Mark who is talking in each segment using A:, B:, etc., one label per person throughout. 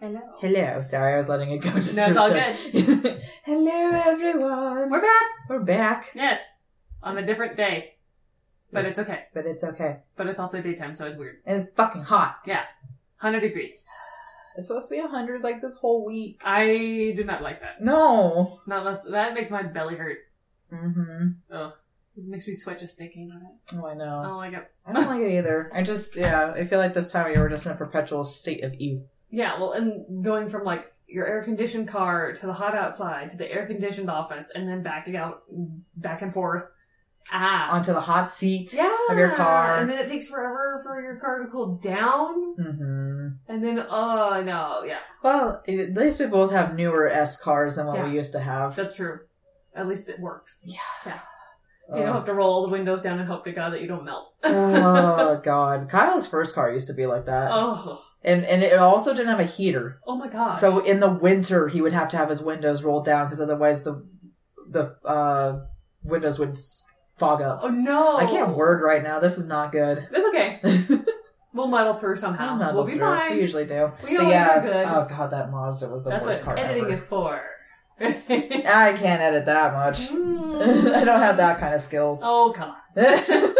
A: Hello.
B: Hello. Sorry, I was letting it go. Just
A: No, it's
B: for
A: all
B: a sec. Hello, everyone.
A: We're back.
B: We're back,
A: Yes, on a different day, but it's okay.
B: but it's okay.
A: But it's also daytime, so it's weird.
B: And it's fucking hot.
A: Hundred degrees.
B: It's supposed to be 100 like this whole week.
A: I do not like that.
B: No.
A: Not unless that makes my belly hurt.
B: Mm-hmm.
A: It makes me sweat just thinking on it.
B: Oh, I
A: I
B: know.
A: don't like it.
B: I don't like it either. I just, yeah, I feel like this time of year we're just in a perpetual state of ew.
A: Yeah, well, and going from like your air conditioned car to the hot outside to the air conditioned office and then backing out back and forth. Ah.
B: Onto the hot seat.
A: yeah.
B: of your car.
A: And then it takes forever for your car to cool down.
B: Mm-hmm.
A: And then, oh, no. Yeah.
B: Well, at least we both have newer S cars than what we used to have.
A: That's true. At least it works. You don't
B: Ugh.
A: have to roll all the windows down and hope to God that you don't melt.
B: oh god, Kyle's first car used to be like that,
A: Oh,
B: and and it also didn't have a heater.
A: oh my God.
B: So in the winter, he would have to have his windows rolled down because otherwise the the uh, windows would s- fog up.
A: oh no.
B: I can't word right now. This is not good.
A: That's okay. we'll muddle through somehow.
B: I'll
A: We'll
B: muddle
A: be
B: through.
A: fine.
B: We usually do.
A: We
B: But
A: always
B: yeah.
A: are good.
B: Oh god, that Mazda was the
A: That's
B: worst
A: what
B: car
A: editing
B: ever.
A: is for.
B: I can't edit that much. I don't have that kind of skills.
A: Oh come on!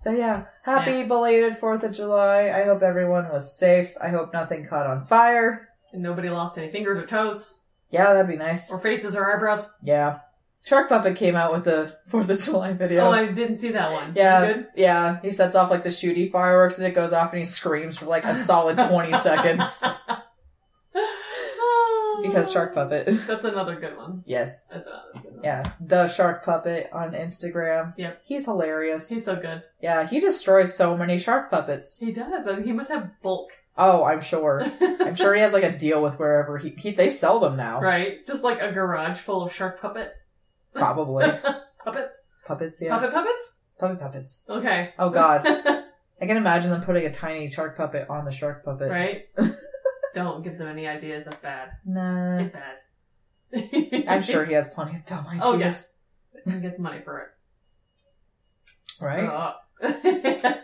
B: so yeah, happy belated Fourth of July. I hope everyone was safe. I hope nothing caught on fire.
A: And nobody lost any fingers or toes
B: Yeah, that'd be nice.
A: or faces or eyebrows.
B: Yeah, Shark Puppet came out with the Fourth of July video.
A: Oh, I didn't see that one. Is it
B: Yeah.
A: good?
B: yeah, he sets off like the shooty fireworks and it goes off and he screams for like a solid twenty seconds because Shark Puppet.
A: That's another good one.
B: Yes,
A: That's another good one.
B: yeah, the Shark Puppet on Instagram.
A: Yep.
B: he's hilarious.
A: He's so good.
B: yeah, he destroys so many shark puppets.
A: He does. I mean, he must have bulk,
B: Oh, I'm sure. I'm sure he has like a deal with wherever he, he they sell them now.
A: right? Just like a garage full of shark puppet
B: Probably.
A: puppets,
B: puppets, yeah.
A: puppet puppets.
B: Puppet puppets.
A: Okay.
B: Oh god. I can imagine them putting a tiny shark puppet on the shark puppet.
A: right? Don't give them any ideas. That's bad.
B: Nah.
A: It's bad.
B: I'm sure he has plenty of dumb ideas.
A: Oh yes. And gets money for it.
B: Right?
A: Uh-huh.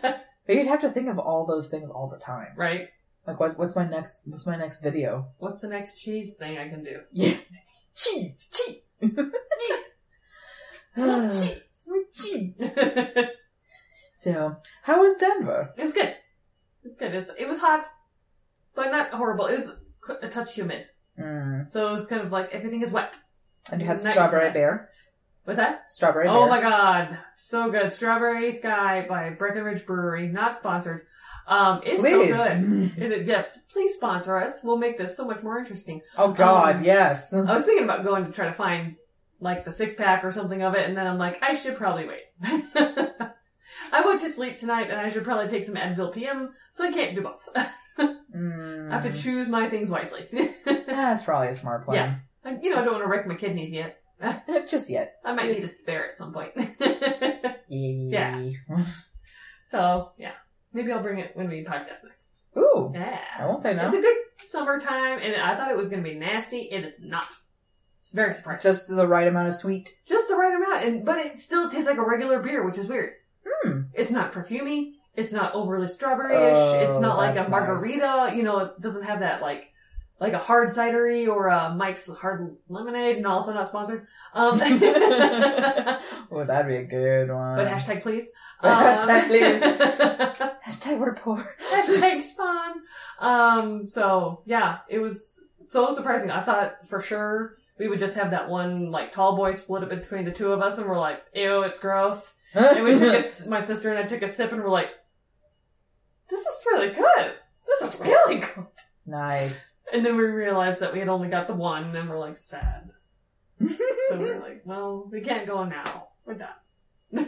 A: Oh.
B: But you'd have to think of all those things all the time.
A: right.
B: Like what what's my next what's my next video?
A: What's the next cheese thing I can do?
B: Yeah. Cheese, cheese.
A: Oh, cheese.
B: cheese.
A: it
B: So how was Denver?
A: was good. It was good. It was, it was hot, but not horrible. It was qu- a touch humid,
B: Mm.
A: so it was kind of like everything is wet.
B: And you had
A: Next
B: Strawberry
A: time.
B: Bear.
A: What's that?
B: Strawberry
A: oh my
B: Bear.
A: god, so good! Strawberry Sky by Breckenridge Brewery, not sponsored. Um, it's
B: Please.
A: so good. It is, yeah, please sponsor us. We'll make this so much more interesting.
B: Oh God,
A: Um,
B: yes.
A: I was thinking about going to try to find like the six pack or something of it, and then I'm like, I should probably wait. I went to sleep tonight, and I should probably take some Advil PM, so I can't do both.
B: Mm.
A: I have to choose my things wisely.
B: That's probably a smart plan.
A: I, you know, I don't want to wreck my kidneys yet.
B: Just yet.
A: I might need a spare at some point.
B: Yeah.
A: so yeah, maybe I'll bring it when we podcast next.
B: Ooh, I
A: Yeah,
B: won't say
A: it's a
B: no.
A: good summertime, and I thought it was going to be nasty. It is not. It's very surprising.
B: Just the right amount of sweet.
A: just the right amount, and but it still tastes like a regular beer, which is weird.
B: Hmm.
A: It's not perfumey. It's not overly strawberry-ish.
B: Oh,
A: it's not like
B: that's
A: a margarita. You know, it doesn't have that like like a hard cidery or a Mike's Hard Lemonade, and also not sponsored. Um, but
B: Oh, that'd be a good one.
A: hashtag please. Um,
B: Hashtag
A: please.
B: Hashtag we're poor.
A: hashtag spawn. Um, so yeah, it was so surprising. I thought for sure we would just have that one like tall boy split up between the two of us, and we're like, ew, it's gross. And we took a, s- my sister and I took a sip and we're like, this is really good. This is really good.
B: nice.
A: And then we realized that we had only got the one and we're like, sad. So we we're like, well, we can't go now. We're done.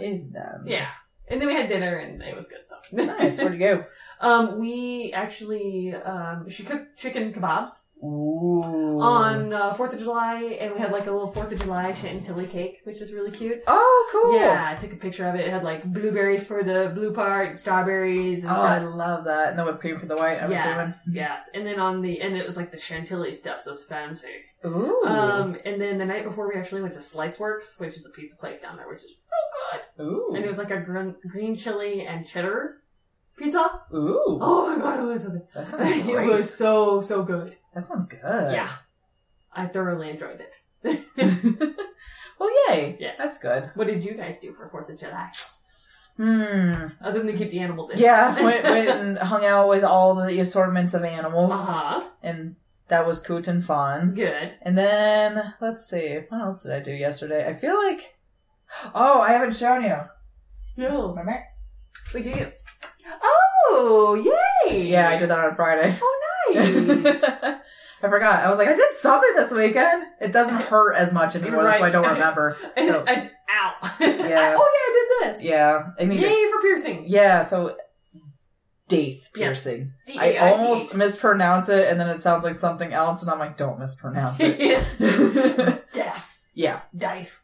B: Is them.
A: yeah. And then we had dinner and it was good. So
B: Nice. Where'd you go?
A: um, we actually, um, she cooked chicken kebabs
B: Ooh.
A: on uh, 4th of July and we had like a little 4th of July chantilly cake, which is really cute.
B: Oh, cool.
A: Yeah, I took a picture of it. It had like blueberries for the blue part, and strawberries,
B: Oh,
A: and
B: I love that. And the whipped cream for the white. I'm
A: yes, yes. And then on the and it was like the chantilly stuff, so it's fancy.
B: assuming. Ooh.
A: Um, and then the night before, we actually went to Slice Works, which is a pizza place down there, which is so good.
B: Ooh.
A: And it was like a green, green chili and cheddar Pizza?
B: Ooh.
A: Oh my god, it was so good.
B: That sounds
A: it
B: great.
A: was so, so good.
B: That sounds good.
A: Yeah. I thoroughly enjoyed it.
B: well, yay.
A: Yes.
B: That's good.
A: What did you guys do for 4th of July?
B: Hmm.
A: Other than keep the animals in.
B: Yeah, went, went and hung out with all the assortments of animals,
A: Uh-huh.
B: and that was coot and fun.
A: Good.
B: And then let's see, what else did I do yesterday? I feel like, oh, I haven't shown you.
A: No.
B: Remember?
A: What did you do? Oh, yay!
B: Yeah, I did that on Friday.
A: Nice.
B: I forgot. I was like, I did something this weekend. It doesn't hurt as much anymore. That's why I
A: Right.
B: don't remember. So-
A: I- ow.
B: Yeah.
A: oh, yeah, I did this.
B: Yeah, I mean,
A: Yay for piercing.
B: yeah. So, Daith
A: Yeah.
B: piercing. I
A: D-A-I-T-H.
B: almost mispronounce it, and then it sounds like something else, and I'm like, don't mispronounce it.
A: Death.
B: yeah.
A: Dice.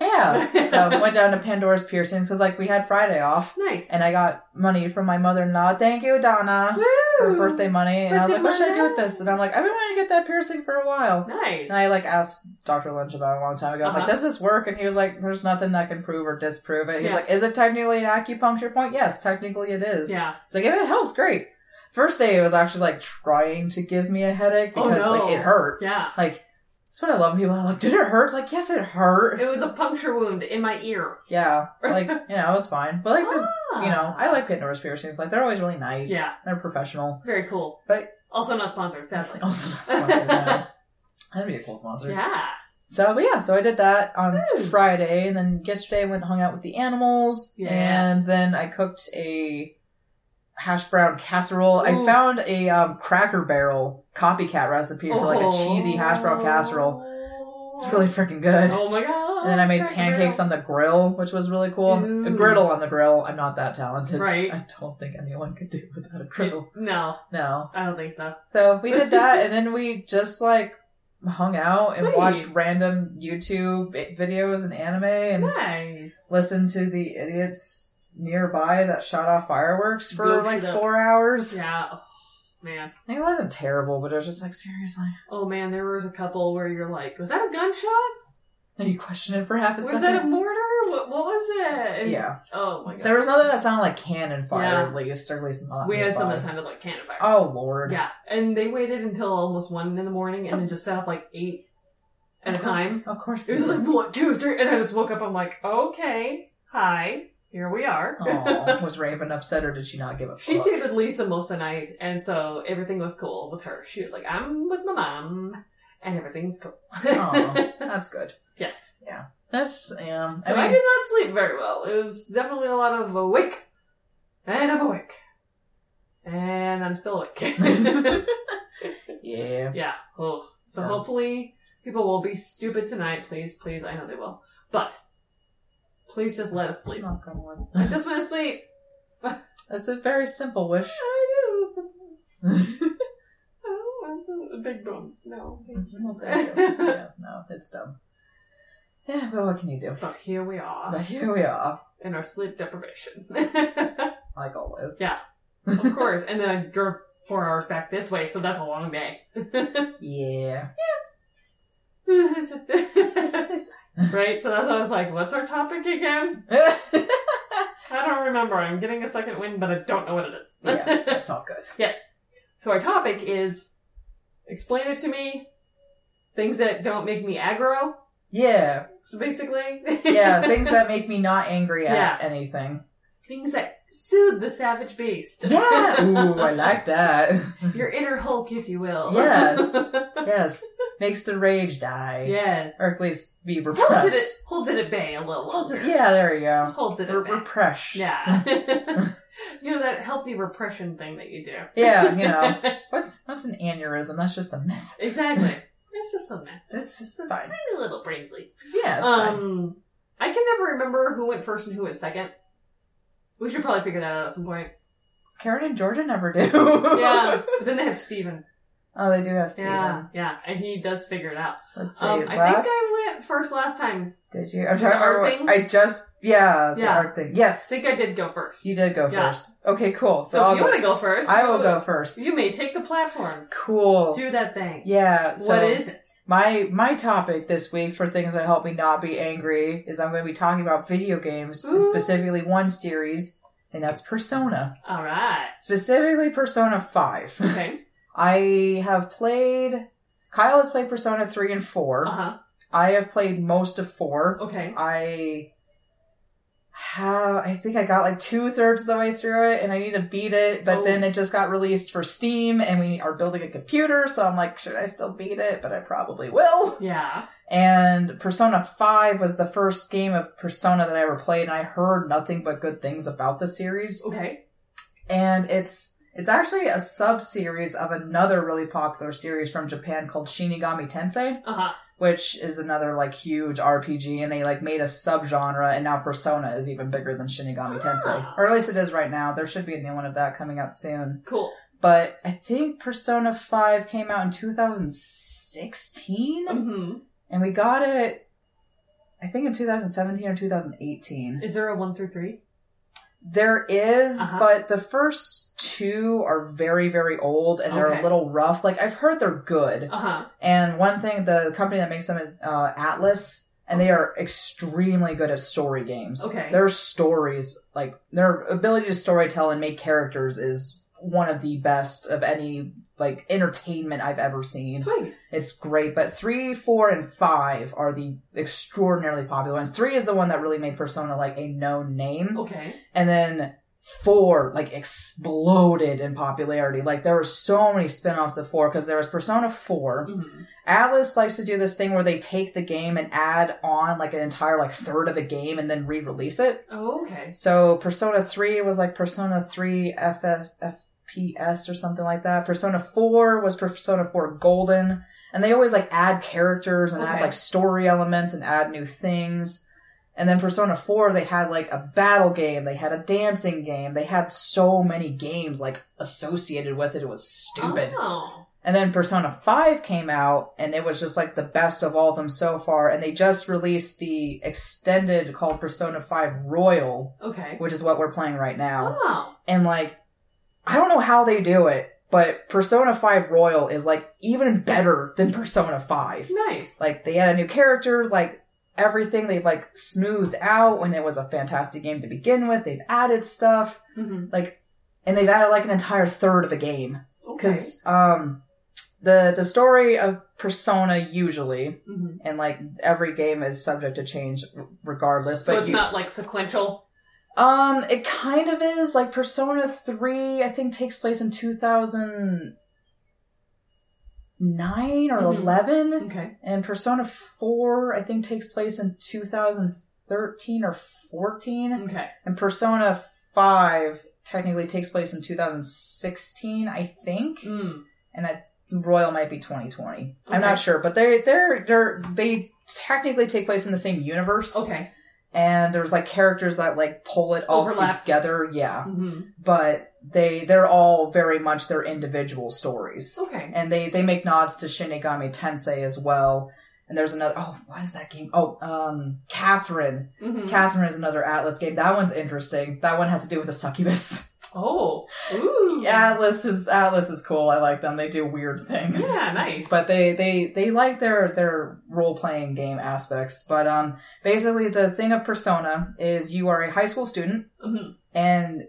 B: Yeah. So I went down to Pandora's Piercings because, like, we had Friday off,
A: Nice.
B: and I got money from my mother in law. Thank you, Donna,
A: Woo!
B: for birthday money. And I was
A: Birthday
B: like, what should I do
A: money.
B: with this? And I'm like, I've been wanting to get that piercing for a while.
A: Nice.
B: And I, like, asked Dr. Lynch about it a long time ago. I'm like,
A: Uh-huh.
B: does this work? And he was like, there's nothing that can prove or disprove it. He's
A: Yeah.
B: like, is it technically an acupuncture point? Yes, technically it is.
A: yeah.
B: It's like, if it helps, great. First day, it was actually like trying to give me a headache
A: Oh,
B: because
A: no.
B: like it hurt.
A: Yeah.
B: Like, that's what I love. when People are like, did it hurt? It's like, yes, it hurt.
A: It was a puncture wound in my ear.
B: Yeah. Like, you know, it was fine. But like, the,
A: Ah.
B: you know, I like Pandora's piercings. Like, they're always really nice.
A: Yeah.
B: They're professional.
A: Very cool.
B: But-
A: also not sponsored, sadly.
B: Also, not sponsored. no. That'd be a cool sponsor.
A: Yeah.
B: So, but yeah, so I did that on
A: Ooh.
B: Friday, and then yesterday I went and hung out with the animals,
A: Yeah.
B: and then I cooked a hash brown casserole. I
A: Ooh.
B: found a um, Cracker Barrel copycat recipe for like a
A: Oh.
B: cheesy hash brown casserole. It's really freaking good.
A: Oh my god.
B: and then I made pancakes on the grill, which was really cool. A
A: Ooh.
B: griddle on the grill. I'm not that talented.
A: Right.
B: I don't think anyone could do without a griddle.
A: No,
B: No.
A: I don't think so.
B: So we did that, and then we just like hung out and
A: Sweet.
B: watched random YouTube vi- videos and anime, and
A: Nice.
B: listened to the idiots nearby that shot off fireworks for
A: Bullshit
B: like
A: up.
B: four hours.
A: Yeah. Oh, man.
B: It wasn't terrible, but it was just like seriously.
A: Oh man, there was a couple where you're like, was that a gunshot?
B: And you question it for half a
A: Was
B: second.
A: that a mortar? What, what was it? And-
B: yeah,
A: Oh my god.
B: there was nothing that sounded like cannon fire,
A: Yeah.
B: at least or at least not.
A: we had some
B: nearby.
A: that sounded like cannon fire.
B: Oh lord.
A: Yeah, and they waited until almost one in the morning, and then just set up like eight at a
B: Of course-
A: time.
B: Of course.
A: It was like one, two, three, and I just woke up. I'm like, okay, hi, here we are.
B: oh, was Raven upset or did she not give a
A: She
B: fuck?
A: stayed with Lisa most of the night, and so everything was cool with her. She was like, I'm with my mom, and everything's cool.
B: oh, that's good.
A: yes.
B: That's yeah.
A: So I,
B: I mean,
A: did not sleep very well. It was definitely a lot of awake, and I'm awake, and I'm still awake.
B: yeah.
A: Yeah. Ugh. So
B: So-
A: hopefully people will be stupid tonight. Please, please. I know they will. But please just let us sleep.
B: Knock on wood.
A: I just want to sleep.
B: That's a very simple wish.
A: I do. I don't want the big bumps. No. thank you.
B: Well, thank you. yeah, no, it's dumb. Yeah, but what can you do?
A: But here we
B: But
A: are
B: here we are,
A: in our sleep deprivation.
B: like always.
A: Yeah. of course. And then I drove four hours back this way, so that's a long day.
B: Yeah.
A: right? So that's why I was like, what's our topic again?
B: yeah,
A: I don't remember. I'm getting a second wind, but I don't know what it is.
B: that's all good.
A: Yes. So our topic is explain it to me. Things that don't make me aggro.
B: Yeah,
A: So basically,
B: yeah, things that make me not angry at
A: Yeah.
B: anything.
A: things that soothe the savage beast.
B: Yeah. Ooh, I like that.
A: your inner Hulk, if you will.
B: Yes. Yes, makes the rage die,
A: yes.
B: or at least be
A: holds it,
B: repressed.
A: holds it at bay a little
B: Holds
A: longer.
B: it- Yeah, there you
A: Just
B: go.
A: holds it
B: Re-
A: at bay.
B: repressed.
A: Yeah. you know that healthy repression thing that you do.
B: Yeah, you know. What's what's an aneurysm? That's just a myth.
A: exactly. It's just a myth.
B: It's just
A: It's
B: fine.
A: tiny little brain bleed.
B: Yeah, it's fine.
A: um, I can never remember who went first and who went second. We should probably figure that out at some point.
B: Karen and Georgia never do.
A: Yeah. but then they have Steven.
B: Oh, they do have Steven.
A: Yeah. Yeah. And he does figure it out.
B: Let's see.
A: Um, I think
B: last
A: I went first last time.
B: did you? I'm
A: the
B: trying to remember.
A: art
B: what-
A: thing?
B: I just yeah, the
A: Yeah.
B: art thing.
A: I
B: Yes,
A: think I did go first.
B: you did go
A: Yeah.
B: first. Okay, cool. So,
A: So,
B: I'll
A: if you want
B: go,
A: to go first,
B: I will go first.
A: You may take the platform.
B: cool.
A: Do that thing.
B: yeah. So
A: what is it?
B: my my topic this week for things that help me not be angry is I'm going to be talking about video games and
A: Ooh.
B: specifically one series. and that's Persona.
A: All right.
B: Specifically Persona 5.
A: Okay.
B: I have played. Kyle has played Persona 3 and 4.
A: Uh huh.
B: I have played most of 4.
A: Okay.
B: I have. I think I got like two thirds of the way through it and I need to beat it, but
A: Oh.
B: then it just got released for Steam and we are building a computer, so I'm like, should I still beat it? But I probably will.
A: Yeah.
B: And Persona 5 was the first game of Persona that I ever played, and I heard nothing but good things about the series.
A: Okay.
B: And it's it's actually a sub-series of another really popular series from Japan called Shinigami Tensei,
A: Uh huh.
B: which is another like huge RPG, and they like made a subgenre, and now Persona is even bigger than Shinigami
A: Ah.
B: Tensei. Or at least it is right now. There should be a new one of that coming out soon.
A: Cool.
B: But I think Persona 5 came out in 2016?
A: hmm
B: and we got it i think in 2017 or 2018
A: Is there a one through three?
B: there is,
A: Uh-huh.
B: but the first two are very very old and they're
A: Okay.
B: a little rough like i've heard they're good
A: Uh huh.
B: and one thing the company that makes them is uh, atlas and they are extremely good at story games
A: Okay.
B: their stories like their ability to storytell and make characters is one of the best of any like entertainment i've ever seen
A: Sweet.
B: it's great, but three, four, and five are the extraordinarily popular ones. Three is the one that really made Persona like a known name,
A: Okay.
B: and then four like exploded in popularity. Like there were so many spin-offs of four because there was Persona four.
A: hmm
B: Atlas likes to do this thing where they take the game and add on like an entire like third of the game and then re-release it.
A: Oh, okay.
B: So Persona three was like Persona three FS, FPS or something like that. Persona 4 was Persona 4 Golden. And they always like add characters and add
A: Okay.
B: like story elements and add new things. And then Persona 4, they had like a battle game, they had a dancing game, they had so many games like associated with it. It was stupid.
A: Oh.
B: And then Persona 5 came out and it was just like the best of all of them so far. And they just released the extended called Persona 5 Royal,
A: Okay.
B: which is what we're playing right now
A: Oh.
B: and like I don't know how they do it, but Persona 5 Royal is like even better than Persona 5.
A: Nice.
B: Like they had a new character, like everything they've like smoothed out when it was a fantastic game to begin with. They've added stuff,
A: Mm-hmm.
B: like and they've added like an entire third of a game
A: Okay.
B: cuz um the the story of Persona usually
A: Mhm.
B: and like every game is subject to change regardless,
A: So
B: but
A: it's
B: you-
A: not like sequential.
B: um, it kind of is like Persona Three. I think takes place in two thousand nine or
A: Mhm.
B: eleven,
A: Okay.
B: and Persona Four I think takes place in two thousand thirteen or fourteen,
A: Okay.
B: and Persona Five technically takes place in two thousand sixteen, I think,
A: Mm.
B: and I, Royal might be twenty twenty. I'm
A: Okay.
B: not sure, but they they're they're they technically take place in the same universe
A: Okay.
B: and there's like characters that like pull it all
A: Overlap.
B: together yeah
A: hmm
B: but they they're all very much their individual stories
A: Okay.
B: and they they make nods to shinigami tensei as well and there's another oh what is that game oh um catherine
A: hmm
B: catherine is another atlas game that one's interesting that one has to do with a succubus
A: Oh. Ooh.
B: atlas is atlas is cool i like them they do weird things
A: Yeah. Nice.
B: but they they they like their their role playing game aspects but um basically the thing of persona is you are a high school student
A: Mhm.
B: and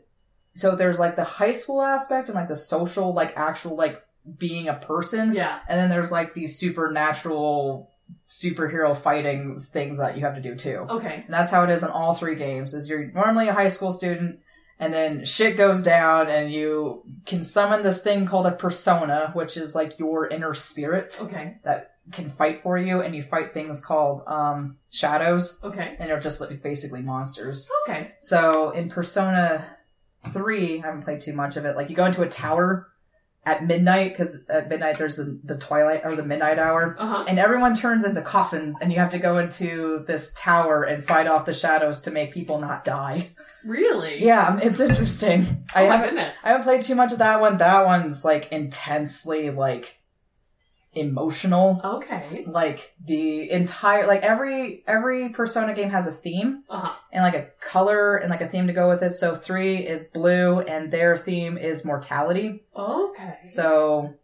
B: so there's like the high school aspect and like the social like actual like being a person
A: yeah.
B: and then there's like these supernatural superhero fighting things that you have to do too
A: Okay.
B: and that's how it is in all three games is you're normally a high school student and then shit goes down and you can summon this thing called a persona which is like your inner spirit
A: Okay.
B: can fight for you and you fight things called um, shadows
A: Okay.
B: and they're just like basically monsters
A: Okay.
B: so in persona 3 i haven't played too much of it like you go into a tower at midnight because at midnight there's the, the twilight or the midnight hour
A: Uh huh.
B: and everyone turns into coffins and you have to go into this tower and fight off the shadows to make people not die
A: Really?
B: yeah it's interesting i
A: Oh my
B: haven't
A: goodness.
B: I haven't played too much of that one. That one's like intensely like emotional.
A: Okay.
B: Like the entire like every every Persona game has a theme
A: Uh huh.
B: and like a color and like a theme to go with it. So three is blue and their theme is mortality.
A: Okay.
B: So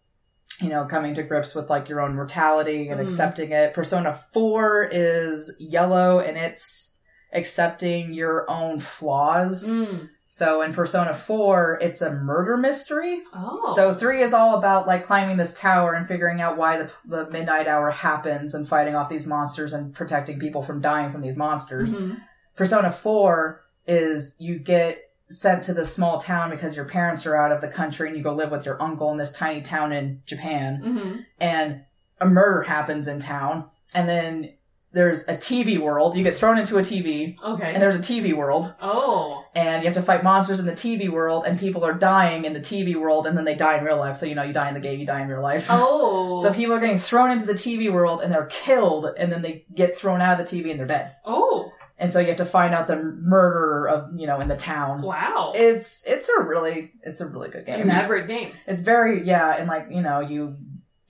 B: you know, coming to grips with like your own mortality and
A: Mm.
B: accepting it. Persona four is yellow and it's accepting your own flaws.
A: Mm.
B: So in Persona 4, it's a murder mystery.
A: Oh.
B: So 3 is all about like climbing this tower and figuring out why the, t- the midnight hour happens and fighting off these monsters and protecting people from dying from these monsters.
A: Mhm.
B: Persona 4 is you get sent to this small town because your parents are out of the country and you go live with your uncle in this tiny town in Japan
A: Mhm.
B: and a murder happens in town and then there's a TV world. You get thrown into a TV and
A: Okay.
B: there's a TV world
A: Oh.
B: and you have to fight monsters in the TV world and people are dying in the TV world and then they die in real life. So, you know, you die in the game, you die in real life.
A: Oh.
B: So people are getting thrown into the TV world and they're killed and then they get thrown out of the TV and they're dead.
A: oh.
B: And so you have to find out the murderer of, you know, in the town.
A: Wow.
B: It's, it's a really, it's a really good game.
A: Elaborate game.
B: It's very yeah, and like you know, you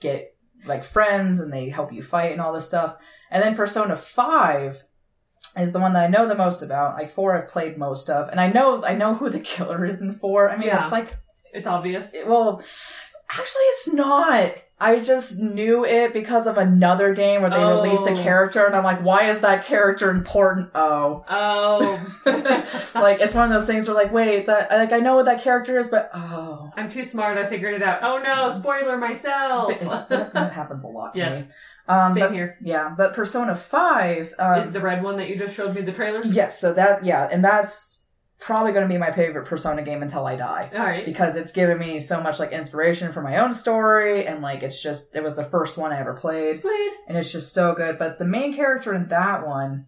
B: get like friends and they help you fight and all this stuff. And then Persona Five is the one that I know the most about. Like four, I've played most of, and I know I know who the killer is in four. I mean,
A: Yeah.
B: it's like
A: It's obvious.
B: it- well, actually, it's not. I just knew it because of another game where they
A: Oh.
B: released a character, and I'm like, why is that character important? Oh.
A: Oh.
B: like it's one of those things where like wait that like I know what that character is but oh
A: I'm too smart. I figured it out. Oh no! Spoiler myself.
B: that that happens a lot to
A: Oh. Yes.
B: me. Um,
A: Same
B: but-
A: here.
B: yeah, but Persona Five. Um,
A: Is the red one that you just showed me the trailer?
B: yes, so that yeah, and that's probably going to be my favorite Persona game until I die
A: All right.
B: because it's given me so much like inspiration for my own story and like it's just it was the first one I ever played
A: Sweet.
B: and it's just so good. But the main character in that one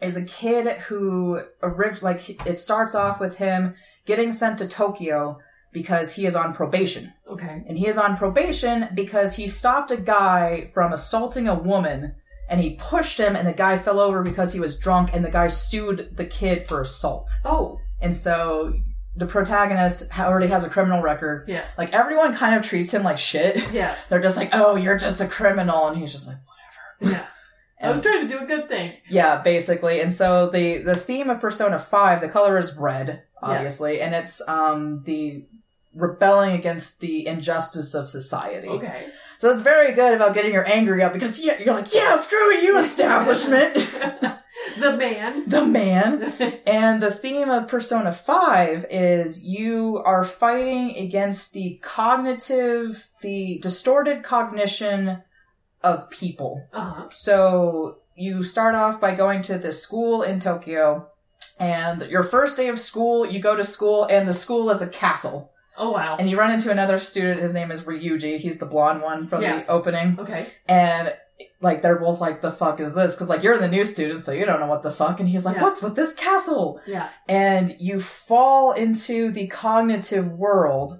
B: is a kid who orig- like it starts off with him getting sent to Tokyo because he is on probation.
A: Okay.
B: And he is on probation because he stopped a guy from assaulting a woman and he pushed him and the guy fell over because he was drunk and the guy sued the kid for assault.
A: Oh
B: And so the protagonist ha- already has a criminal record.
A: yes.
B: Like everyone kind of treats him like shit.
A: Yes.
B: They're just like, "Oh, you're just a criminal." And he's just like,
A: Yeah. I
B: Um,
A: was trying to do a good thing.
B: Yeah, basically. And so the the theme of Persona 5, the color is red, obviously, and it's um the rebelling against the injustice of society.
A: Okay.
B: So it's very good about getting your anger out because yeah, you're like, yeah, screw you, establishment,
A: the man.
B: the man. And the theme of Persona 5 is you are fighting against the cognitive, the distorted cognition of people.
A: uh-huh.
B: So you start off by going to this school in Tokyo, and your first day of school, you go to school, and the school is a castle.
A: Oh wow.
B: And you run into another student, his name is Ryuji, he's the blonde one from
A: Yes.
B: the opening.
A: Okay.
B: and like they're both like the fuck is this because like you're the new student so you don't know what the fuck and he's like
A: Yeah.
B: what's with this castle
A: Yeah.
B: and you fall into the cognitive world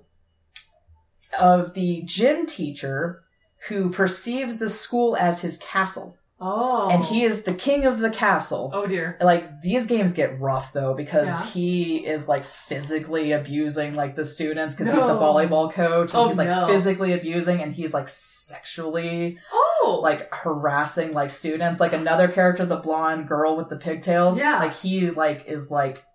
B: of the gym teacher who perceives the school as his castle
A: Oh.
B: and he is the king of the castle
A: Oh dear.
B: like these games get rough though because
A: Yeah.
B: he is like physically abusing like the students because he's the
A: No.
B: volleyball coach and
A: Oh,
B: he's like
A: no.
B: physically abusing and he's like sexually
A: Oh.
B: like harassing like students. Like another character, the blonde girl with the pigtails.
A: Yeah.
B: Like he like is like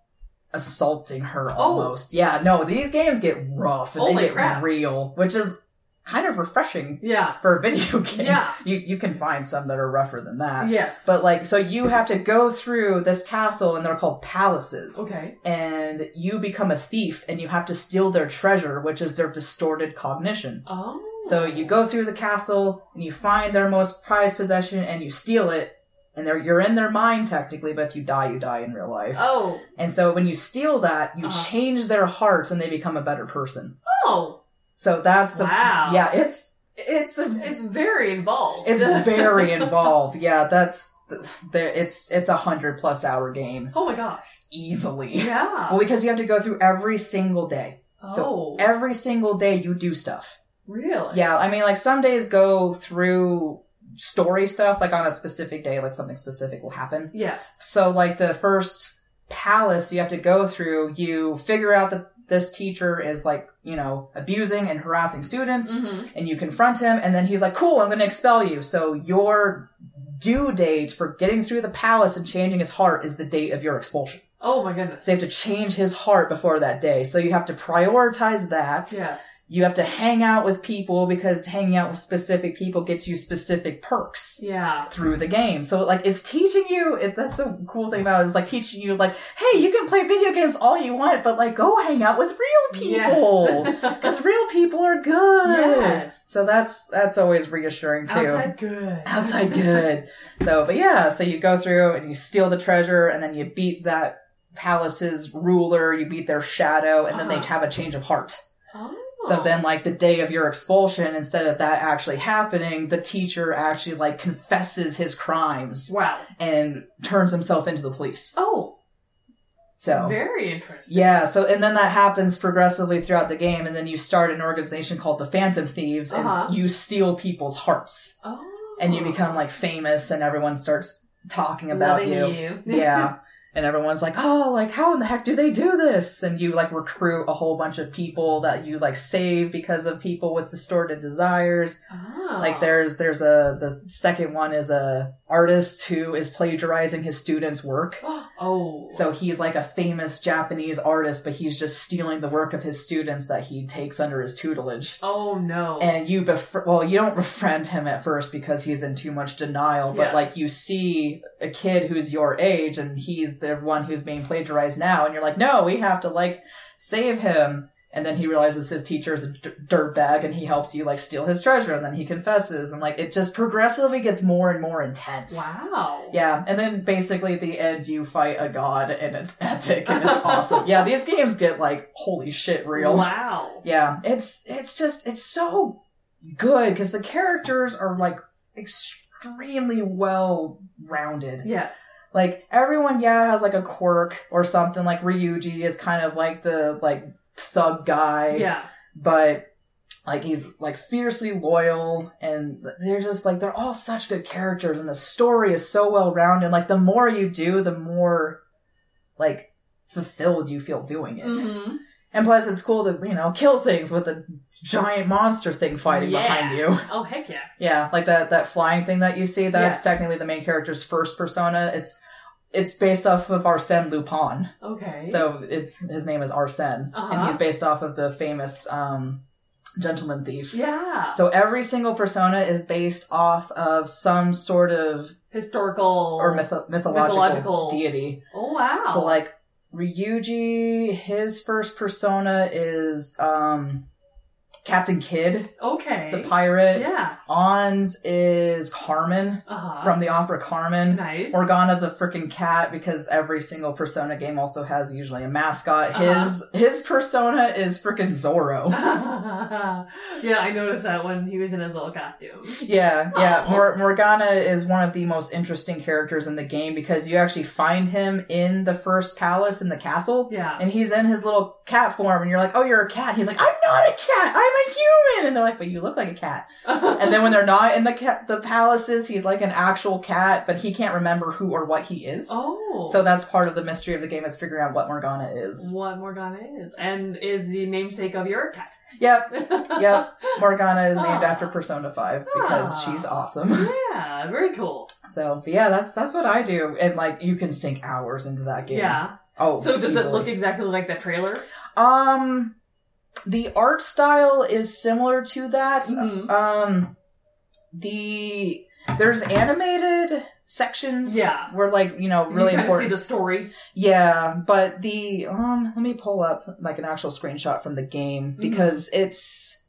B: assaulting her
A: Oh.
B: almost. Yeah, no, these games get rough and
A: Holy
B: they get
A: crap.
B: real, which is kind of refreshing
A: yeah.
B: for a video game.
A: Yeah.
B: You you can find some that are rougher than that.
A: Yes.
B: But like so you have to go through this castle and they're called palaces.
A: okay.
B: And you become a thief and you have to steal their treasure, which is their distorted cognition.
A: Oh.
B: So you go through the castle and you find their most prized possession and you steal it. And they're, you're in their mind technically, but if you die, you die in real life.
A: Oh.
B: And so when you steal that, you
A: Uh-huh.
B: change their hearts and they become a better person.
A: Oh.
B: So that's the
A: Wow.
B: yeah. It's it's a,
A: It's very involved.
B: it's very involved. Yeah, that's there. It's it's a hundred plus hour game
A: oh my gosh.
B: easily.
A: Yeah.
B: Well, because you have to go through every single day.
A: oh.
B: Every single day you do stuff.
A: really?
B: Yeah, I mean, like some days go through story stuff, like on a specific day, like something specific will happen.
A: Yes.
B: So, like the first palace you have to go through, you figure out that this teacher is like, you know, abusing and harassing students,
A: Mm-hmm.
B: and you confront him, and then he's like, cool, I'm gonna expel you. So, your due date for getting through the palace and changing his heart is the date of your expulsion.
A: Oh my goodness.
B: So you have to change his heart before that day. So you have to prioritize that.
A: Yes.
B: You have to hang out with people because hanging out with specific people gets you specific perks
A: Yeah.
B: through the game. So like it's teaching you it, that's the cool thing about it, it's like teaching you like, hey, you can play video games all you want, but like go hang out with real people.
A: Yes.
B: Because real people are good.
A: Yes.
B: So that's that's always reassuring too.
A: Outside good.
B: Outside good. so, but yeah, so you go through and you steal the treasure and then you beat that palace's ruler, you beat their shadow, and then
A: Uh-huh.
B: they have a change of heart.
A: Oh.
B: So then like the day of your expulsion, instead of that actually happening, the teacher actually like confesses his crimes
A: Wow.
B: and turns himself into the police.
A: Oh.
B: So
A: Very interesting.
B: yeah, so and then that happens progressively throughout the game, and then you start an organization called the Phantom Thieves, and
A: Uh-huh.
B: you steal people's hearts,
A: Oh.
B: and you become like famous, and everyone starts talking about
A: Loving
B: you. yeah, and everyone's like, "Oh, like how in the heck do they do this?" And you like recruit a whole bunch of people that you like save because of people with distorted desires.
A: Oh.
B: Like there's there's a the second one is a artist who is plagiarizing his students' work.
A: oh.
B: So he's like a famous Japanese artist, but he's just stealing the work of his students that he takes under his tutelage.
A: Oh no.
B: And you befri well, you don't befriend him at first because he's in too much denial, but
A: Yes.
B: like you see a kid who's your age and he's the one who's being plagiarized now, and you're like, no, we have to like save him. And then he realizes his teacher is a d- dirtbag and he helps you like steal his treasure and then he confesses and like it just progressively gets more and more intense.
A: wow.
B: Yeah, and then basically at the end you fight a god and it's epic and it's awesome. Yeah, these games get like holy shit real.
A: Wow.
B: Yeah, it's it's just it's so good because the characters are like extremely well rounded.
A: Yes.
B: Like everyone, yeah, has like a quirk or something. Like Ryuji is kind of like the like thug guy
A: Yeah.
B: but like he's like fiercely loyal and they're just like they're all such good characters and the story is so well rounded like the more you do the more like fulfilled you feel doing it
A: Mhm.
B: and plus it's cool to you know kill things with a giant monster thing fighting
A: Yeah.
B: behind you
A: Oh heck yeah.
B: yeah like that that flying thing that you see that's
A: Yes.
B: technically the main character's first persona it's it's based off of arsène lupin
A: Okay.
B: so it's his name is Arsene, and
A: Uh-huh.
B: he's based off of the famous um, gentleman thief.
A: yeah.
B: So every single persona is based off of some sort of
A: Historical
B: or mytho- mythological,
A: Mythological.
B: deity.
A: Oh wow.
B: So like Ryuji, his first persona is um, Captain Kidd,
A: okay.
B: the pirate.
A: Yeah.
B: Ons is Carmen
A: Uh huh.
B: from the opera Carmen.
A: nice.
B: Organa the freaking cat because every single persona game also has usually a mascot.
A: Uh-huh.
B: His his persona is freaking Zorro.
A: yeah, I noticed that when he was in his little costume.
B: Yeah, yeah.
A: Aw.
B: Mor- Morgana is one of the most interesting characters in the game because you actually find him in the first palace in the castle.
A: Yeah.
B: And he's in his little cat form, and you're like, "Oh, you're a cat." And he's like, "I'm not a cat. I'm a human." And they're like, "But you look like a cat." And then when they're not in the ca- the palaces, he's like an actual cat, but he can't remember who or what he is.
A: oh.
B: So that's part of the mystery of the game is figuring out what Morgana is.
A: what Morgana is and is the namesake of your cat.
B: Yep, Yep. Morgana is named
A: Ah.
B: after Persona 5 because
A: Ah.
B: she's awesome.
A: yeah, very cool.
B: So, but yeah, that's that's what I do and like you can sink hours into that game.
A: Yeah.
B: Oh.
A: So does it
B: easily.
A: look exactly like that trailer?
B: Um the art style is similar to that.
A: Mhm.
B: Um the there's animated sections
A: Yeah.
B: where like, you know, really
A: you kind of
B: important
A: see the story.
B: Yeah, but the um let me pull up like an actual screenshot from the game
A: Mm-hmm.
B: because it's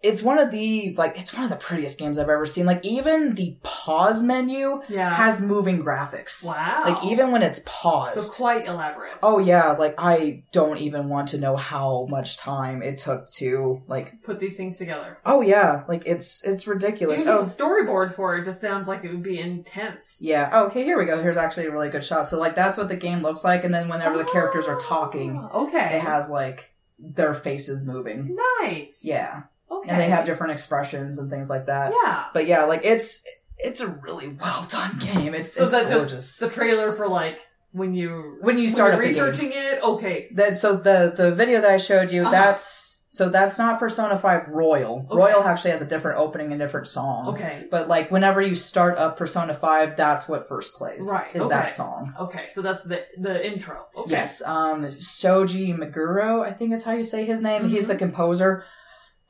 B: it's one of the like it's one of the prettiest games I've ever seen. Like even the pause menu
A: Yeah.
B: has moving graphics.
A: wow.
B: Like even when it's paused.
A: so quite elaborate.
B: oh yeah, like I don't even want to know how much time it took to like
A: Put these things together.
B: oh yeah, like it's it's
A: Even
B: ridiculous. oh
A: just a storyboard for it just sounds like it would be intense.
B: yeah. Oh, okay, here we go. Here's actually a really good shot. So like that's what the game looks like and then whenever the characters are talking
A: Ah, Okay.
B: it has like their faces moving.
A: Nice.
B: Yeah.
A: Okay.
B: And they have different expressions and things like that.
A: Yeah.
B: But yeah, like it's it's a really well done game. It's
A: So
B: it's
A: that
B: gorgeous.
A: just the trailer for like when you
B: when you start
A: when you're
B: researching
A: researching it. Okay.
B: that so the the video that I showed you,
A: Uh-huh.
B: that's So that's not Persona 5 Royal.
A: Okay.
B: Royal actually has a different opening and different song.
A: Okay.
B: But like whenever you start up Persona 5, that's what first plays.
A: Right,
B: Is
A: okay.
B: that song.
A: Okay, so that's the the intro. Okay.
B: Yes. Um Shoji Meguro, I think is how you say his name. He's
A: Mhm.
B: the composer.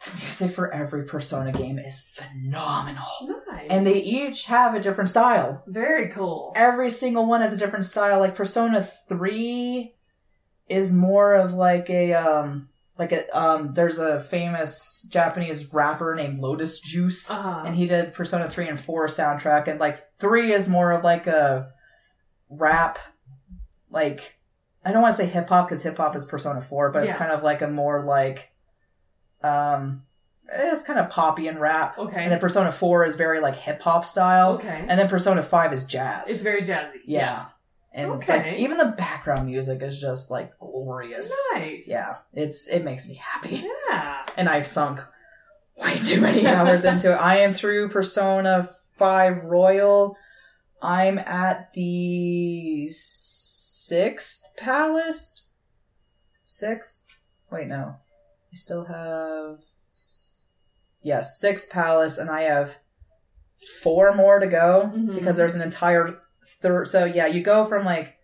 B: The music for every Persona game is phenomenal.
A: Nice.
B: And they each have a different style.
A: very cool.
B: Every single one has a different style. Like Persona 3 is more of like a um like a um there's a famous Japanese rapper named Lotus Juice
A: Uh,
B: and he did Persona 3 and 4 soundtrack and like 3 is more of like a rap like I don't want to say hip hop cuz hip hop is Persona 4 but
A: Yeah.
B: it's kind of like a more like um it's kind of poppy and rap and
A: okay.
B: then Persona 4 is very like hip hop style
A: Okay.
B: and then Persona 5 is jazz
A: it's very jazzy.
B: Yeah.
A: Yes.
B: and
A: okay.
B: like, even the background music is just like glorious
A: Nice.
B: yeah it's it makes me happy
A: Yeah.
B: and I've sunk way too many hours into it. I am through Persona 5 Royal. I'm at the sixth palace. Sixth? Wait, no. I still have. s- Yeah, sixth palace, and I have four more to go
A: Mhm.
B: because there's an entire third. So, yeah, you go from like.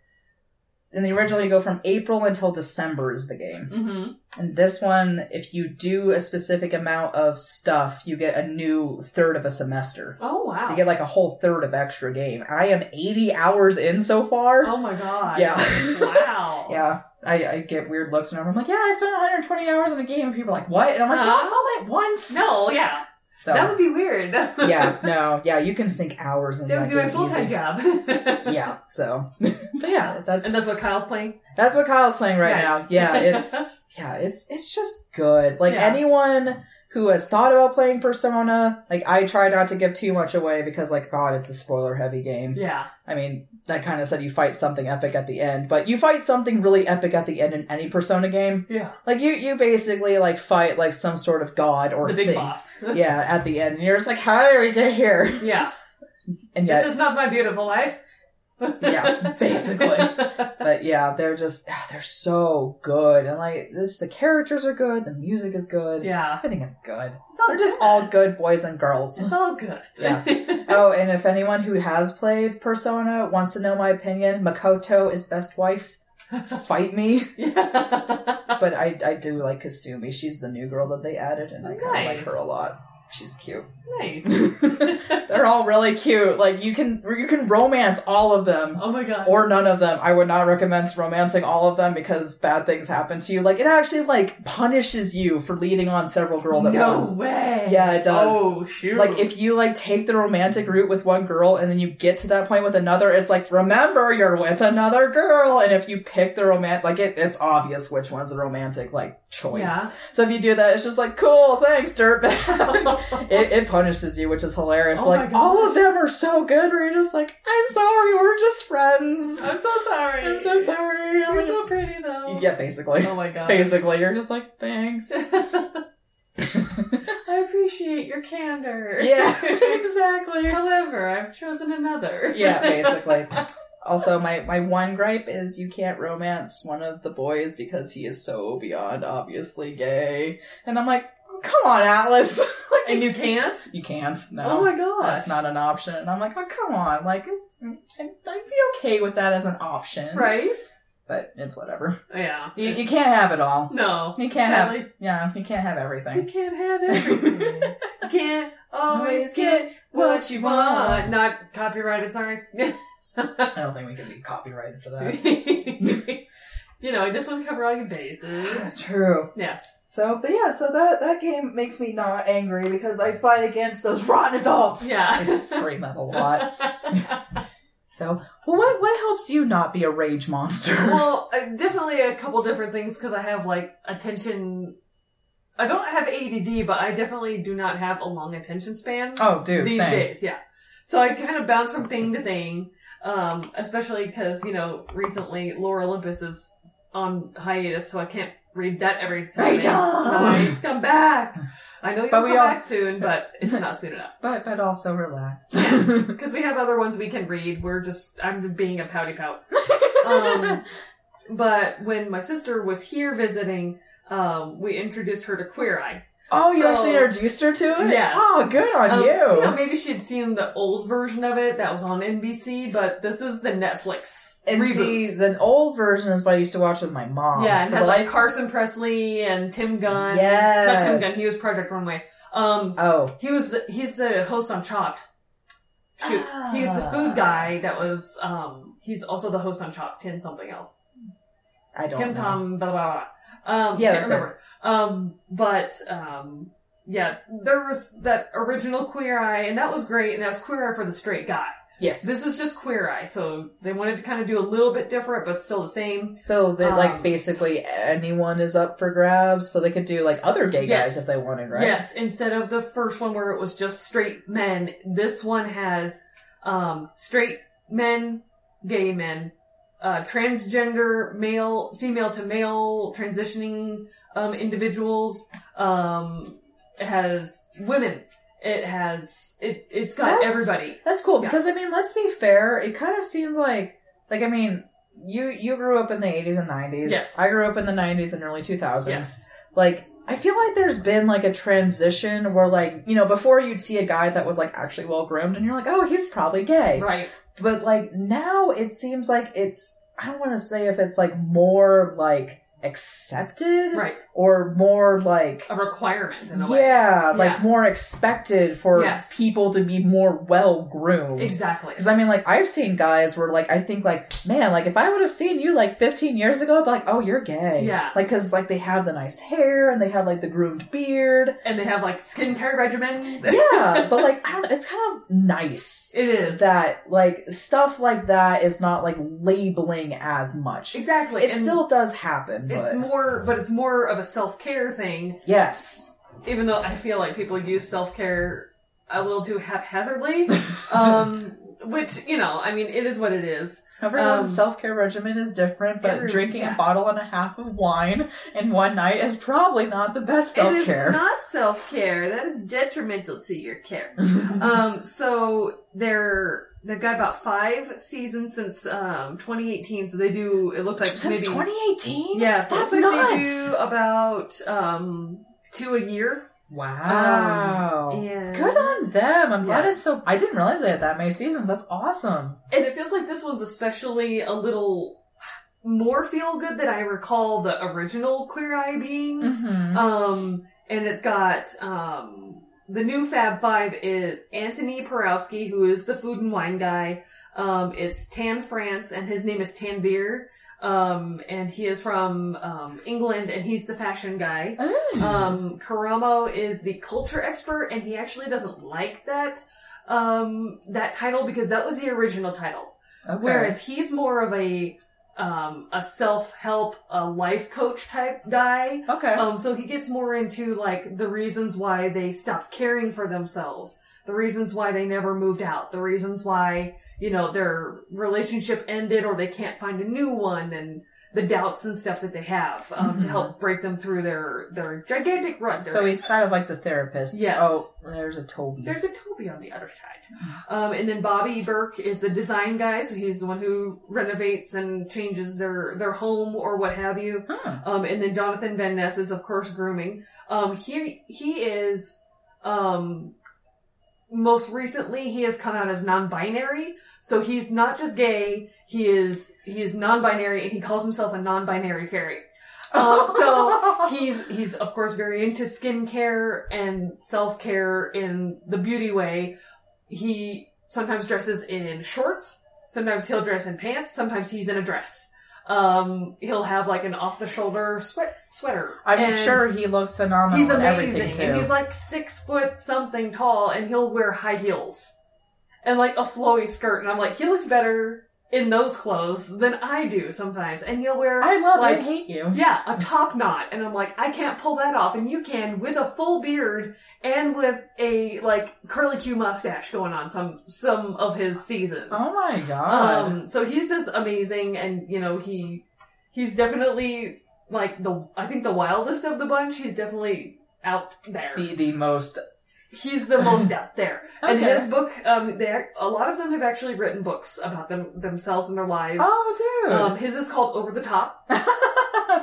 B: In the original, you go from April until December is the game.
A: Mm-hmm.
B: And this one, if you do a specific amount of stuff, you get a new third of a semester.
A: Oh wow.
B: So you get like a whole third of extra game. I am 80 hours in so far.
A: oh my god.
B: Yeah.
A: wow.
B: Yeah. I, I get weird looks whenever I'm like, yeah, I spent 120 hours in a game. And people are like, what? And I'm like,
A: Huh?
B: not all at once.
A: Uh-huh. No. Yeah.
B: So,
A: That would be weird.
B: yeah, no. Yeah, you can sink hours in
A: That
B: that
A: would be my
B: game.
A: full time
B: easy.
A: job.
B: Yeah, so. but yeah, that's
A: And that's what Kyle's playing.
B: That's what Kyle's playing right
A: Nice.
B: now. Yeah, it's yeah, it's it's just good. Like
A: Yeah.
B: anyone who has thought about playing Persona, like I try not to give too much away because like God, it's a spoiler heavy game.
A: Yeah.
B: I mean, that kind of said you fight something epic at the end, but you fight something really epic at the end in any Persona game.
A: Yeah.
B: Like you you basically like fight like some sort of god or
A: The big
B: thing.
A: boss.
B: Yeah, at the end, and you're just like, how did we get here?
A: yeah.
B: And yet,
A: This is not my beautiful life.
B: Yeah, basically. but yeah, they're just ah, they're so good, and like this, the characters are good, the music is good,
A: yeah.
B: everything is good.
A: It's all
B: They're just
A: good.
B: all good boys and girls.
A: It's all good.
B: Yeah. oh, and if anyone who has played Persona wants to know my opinion, Makoto is best wife. Fight me,
A: yeah.
B: but I I do like Kasumi. She's the new girl that they added, and I kind of like
A: Nice.
B: her a lot. She's cute.
A: nice.
B: they're all really cute. Like you can you can romance all of them.
A: Oh my god.
B: or none of them. I would not recommend romancing all of them because bad things happen to you. Like it actually like punishes you for leading on several girls at
A: no
B: once.
A: way.
B: Yeah, it does.
A: Oh shoot.
B: Like if you like take the romantic route with one girl and then you get to that point with another, it's like remember you're with another girl. And if you pick the romantic, like it, it's obvious which one's the romantic like choice.
A: Yeah.
B: So if you do that, it's just like cool, thanks, dirtbag. It, it punishes you, which is hilarious.
A: Oh my
B: like
A: gosh.
B: all of them are so good. Where you're just like, I'm sorry, we're just friends.
A: I'm so sorry.
B: I'm so sorry.
A: You're so pretty though.
B: yeah, basically.
A: Oh my god.
B: Basically, you're just like, thanks.
A: I appreciate your candor.
B: Yeah, exactly.
A: However, I've chosen another.
B: Yeah, basically. Also, my, my one gripe is you can't romance one of the boys because he is so beyond obviously gay. And I'm like, come on, Atlas. Like,
A: and you can't?
B: you can't. No.
A: Oh my gosh.
B: That's not an option. And I'm like, oh, come on. Like, it's, I'd I'd be okay with that as an option.
A: right.
B: But it's whatever.
A: Yeah.
B: You, you can't have it all.
A: no.
B: You can't have,
A: Sadly,
B: yeah, you can't have everything.
A: You can't have everything. you can't always get what you want. Not copyrighted, sorry.
B: I don't think we can be copyrighted for that.
A: you know, I just want to cover all your bases.
B: True.
A: Yes.
B: So, but yeah, so that that game makes me not angry because I fight against those rotten adults.
A: Yeah.
B: I scream at a lot. So, well, what what helps you not be a rage monster?
A: well, uh, definitely a couple different things because I have like attention. I don't have ADD, but I definitely do not have a long attention span.
B: oh, dude,
A: these
B: same.
A: days, yeah. So I kind of bounce from thing to thing, um, especially because you know recently Laura Olympus is on hiatus, so I can't read that every Saturday
B: Rachel!
A: night. Come back! I know you'll
B: But
A: come
B: we all-
A: back soon, but it's not soon enough
B: But but also relax.
A: because we have other ones we can read. We're just I'm being a pouty pout. Um, but when my sister was here visiting, um, we introduced her to Queer Eye.
B: Oh, you
A: So-
B: actually introduced her to it?
A: Yes.
B: Oh, good on
A: Um,
B: you.
A: know, maybe she had seen the old version of it that was on NBC, but this is the Netflix
B: and
A: reboot.
B: see, um, the old version is what I used to watch with my mom.
A: yeah, and
B: For
A: has
B: the
A: like
B: life-
A: Carson Presley and Tim Gunn. Not Tim
B: Yes.
A: Gunn. He was Project Runway. Um,
B: Oh,
A: he was the, he's the host on Chopped. Shoot, he's the
B: Ah.
A: food guy that was. Um, he's also the host on Chopped. Tim something else.
B: I don't
A: Tim
B: know.
A: Tom, blah blah blah. Um,
B: Yeah,
A: can't
B: that's
A: remember. Um, but um, yeah, there was that original Queer Eye, and that was great, and that was Queer Eye for the straight guy.
B: Yes.
A: This is just Queer Eye, so they wanted to kind of do a little bit different, but still the same.
B: so that like
A: um,
B: basically anyone is up for grabs, so they could do like other gay
A: Yes.
B: guys if they wanted, right?
A: Yes, instead of the first one where it was just straight men, this one has um, straight men, gay men, uh, transgender male, female to male transitioning um, individuals. Um, it has women. It has it. It's got
B: That's-
A: everybody.
B: That's cool
A: Yeah.
B: because I mean, let's be fair. It kind of seems like like I mean, you you grew up in the eighties and nineties.
A: Yes.
B: I grew up in the nineties and early two thousands.
A: Yes.
B: Like I feel like there's been like a transition where like you know before you'd see a guy that was like actually well groomed and you're like oh he's probably gay.
A: Right.
B: But like now it seems like it's I don't want to say if it's like more like accepted
A: Right.
B: or more like
A: A requirement in a way.
B: yeah,
A: Yeah.
B: like more expected for
A: Yes.
B: people to be more well groomed.
A: Exactly.
B: Because I mean, like I've seen guys where like I think like man, like if I would have seen you like 15 years ago, I'd be like, oh, you're gay.
A: Yeah.
B: Like because like they have the nice hair and they have like the groomed beard.
A: And they have like skincare regimen.
B: Yeah, but like I don't. It's kind of nice
A: It is
B: that like stuff like that is not like labeling as much.
A: exactly.
B: It
A: and-
B: still does happen, but
A: It's more, but it's more of a self care thing.
B: yes,
A: Even though I feel like people use self care a little too haphazardly, um, which you know, I mean, it is what it is.
B: everyone's
A: Um,
B: self care regimen is different. But
A: every-
B: drinking
A: yeah.
B: a bottle and a half of wine in one night is probably not the best
A: It
B: self
A: is
B: care.
A: not self care. That is detrimental to your care.
B: Mm-hmm.
A: um, so they're they've got about five seasons since um, 2018. So they do. It looks like
B: Since
A: maybe
B: 2018?
A: yeah. So
B: That's
A: it's like
B: nuts.
A: they do about um, two a year.
B: Wow.
A: And
B: Good on them. I'm glad
A: Um, Yes.
B: it's so. I didn't realize they had that many seasons. That's awesome.
A: And it feels like this one's especially a little more feel good than I recall the original Queer Eye being.
B: Mm-hmm.
A: Um, and it's got um, the new Fab Five is Anthony Porowski, who is the food and wine guy. Um, it's Tan France, and his name is Tan Beer. Um, and he is from um, England, and he's the fashion guy.
B: Mm.
A: Um, Karamo is the culture expert, and he actually doesn't like that um, that title because that was the original title.
B: okay.
A: Whereas he's more of a um, a self help, a life coach type guy.
B: okay.
A: Um, so he gets more into like the reasons why they stopped caring for themselves, the reasons why they never moved out, the reasons why you know their relationship ended or they can't find a new one, and the doubts and stuff that they have um, to
B: Mhm.
A: help break them through their their gigantic rut. they're
B: so
A: in.
B: he's kind of like the therapist.
A: Yes.
B: Oh, there's a Toby.
A: There's a Toby on the other side. Um, and then Bobby Burke is the design guy, so he's the one who renovates and changes their, their home or what have you.
B: Huh.
A: Um, and then Jonathan Van Ness is, of course, grooming. Um, he, he is, um, most recently he has come out as non-binary. So he's not just gay, he is, he is non-binary and he calls himself a non-binary fairy. Um, so he's he's of course very into skincare and self care in the beauty way. He sometimes dresses in shorts. Sometimes he'll dress in pants. Sometimes he's in a dress. Um, he'll have like an off the shoulder sweat sweater.
B: I'm
A: And
B: sure he looks phenomenal.
A: he's
B: in
A: amazing,
B: Everything
A: and
B: too.
A: he's like six foot something tall, and he'll wear high heels and like a flowy skirt. And I'm like, he looks better in those clothes than I do sometimes. And he'll wear
B: I love
A: like
B: and hate you.
A: yeah, a top knot. And I'm like, I can't pull that off. And you can with a full beard and with a like curly Q mustache going on some some of his seasons.
B: Oh my god.
A: um so he's just amazing and you know, he he's definitely like the I think the wildest of the bunch. He's definitely out there.
B: the the most.
A: He's the most out there. And
B: Okay.
A: his book, um they ac- a lot of them have actually written books about them themselves and their lives.
B: Oh, dude.
A: Um, his is called Over the Top,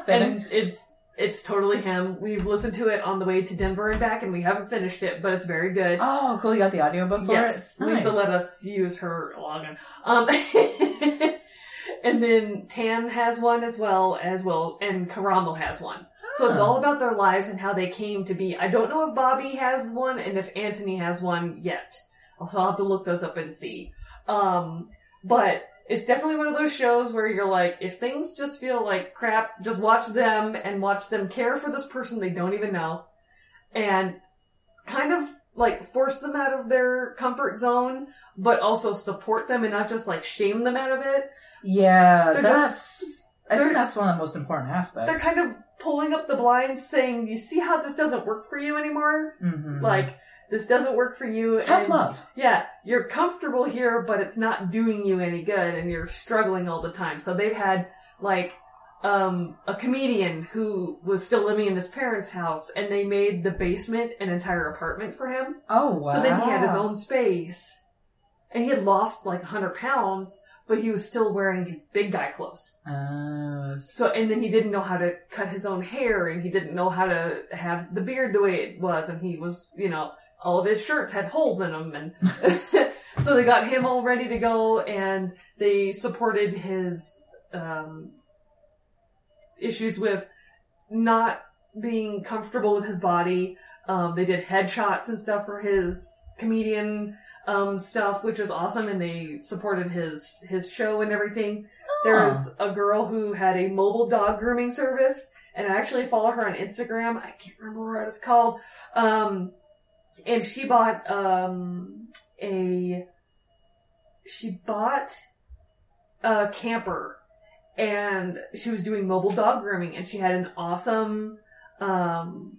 B: Fitting.
A: um, and it's It's totally him. We've listened to it on the way to Denver and back, and we haven't finished it, but it's very good.
B: Oh, cool! You got the audiobook for
A: yes,
B: it.
A: Lisa
B: Nice.
A: let us use her login. Um, and then Tan has one as well as well, and Karamo has one. So it's
B: Ah.
A: all about their lives and how they came to be. I don't know if Bobby has one and if Anthony has one yet. So I'll have to look those up and see. Um, but it's definitely one of those shows where you're like, if things just feel like crap, just watch them and watch them care for this person they don't even know and kind of like force them out of their comfort zone, but also support them and not just like shame them out of it.
B: Yeah,
A: They're
B: that's.
A: just-
B: I
A: they're-
B: think that's one of the most important aspects.
A: They're kind of pulling up the blinds saying, you see how this doesn't work for you anymore?
B: Mhm.
A: Like, this doesn't work for you.
B: tough
A: and-
B: love.
A: Yeah, you're comfortable here, but it's not doing you any good, and you're struggling all the time. So they've had like um, a comedian who was still living in his parents' house, and they made the basement an entire apartment for him.
B: Oh wow!
A: So then he had his own space, and he had lost like 100 pounds, but he was still wearing these big guy clothes.
B: Uh,
A: So and then he didn't know how to cut his own hair, and he didn't know how to have the beard the way it was, and he was, you know, all of his shirts had holes in them, and so they got him all ready to go, and they supported his um, issues with not being comfortable with his body. Um, they did headshots and stuff for his comedian um, stuff, which was awesome, and they supported his his show and everything. There's a girl who had a mobile dog grooming service, and I actually follow her on Instagram. I can't remember what it's called. Um, and she bought um, a she bought a camper, and she was doing mobile dog grooming, and she had an awesome um,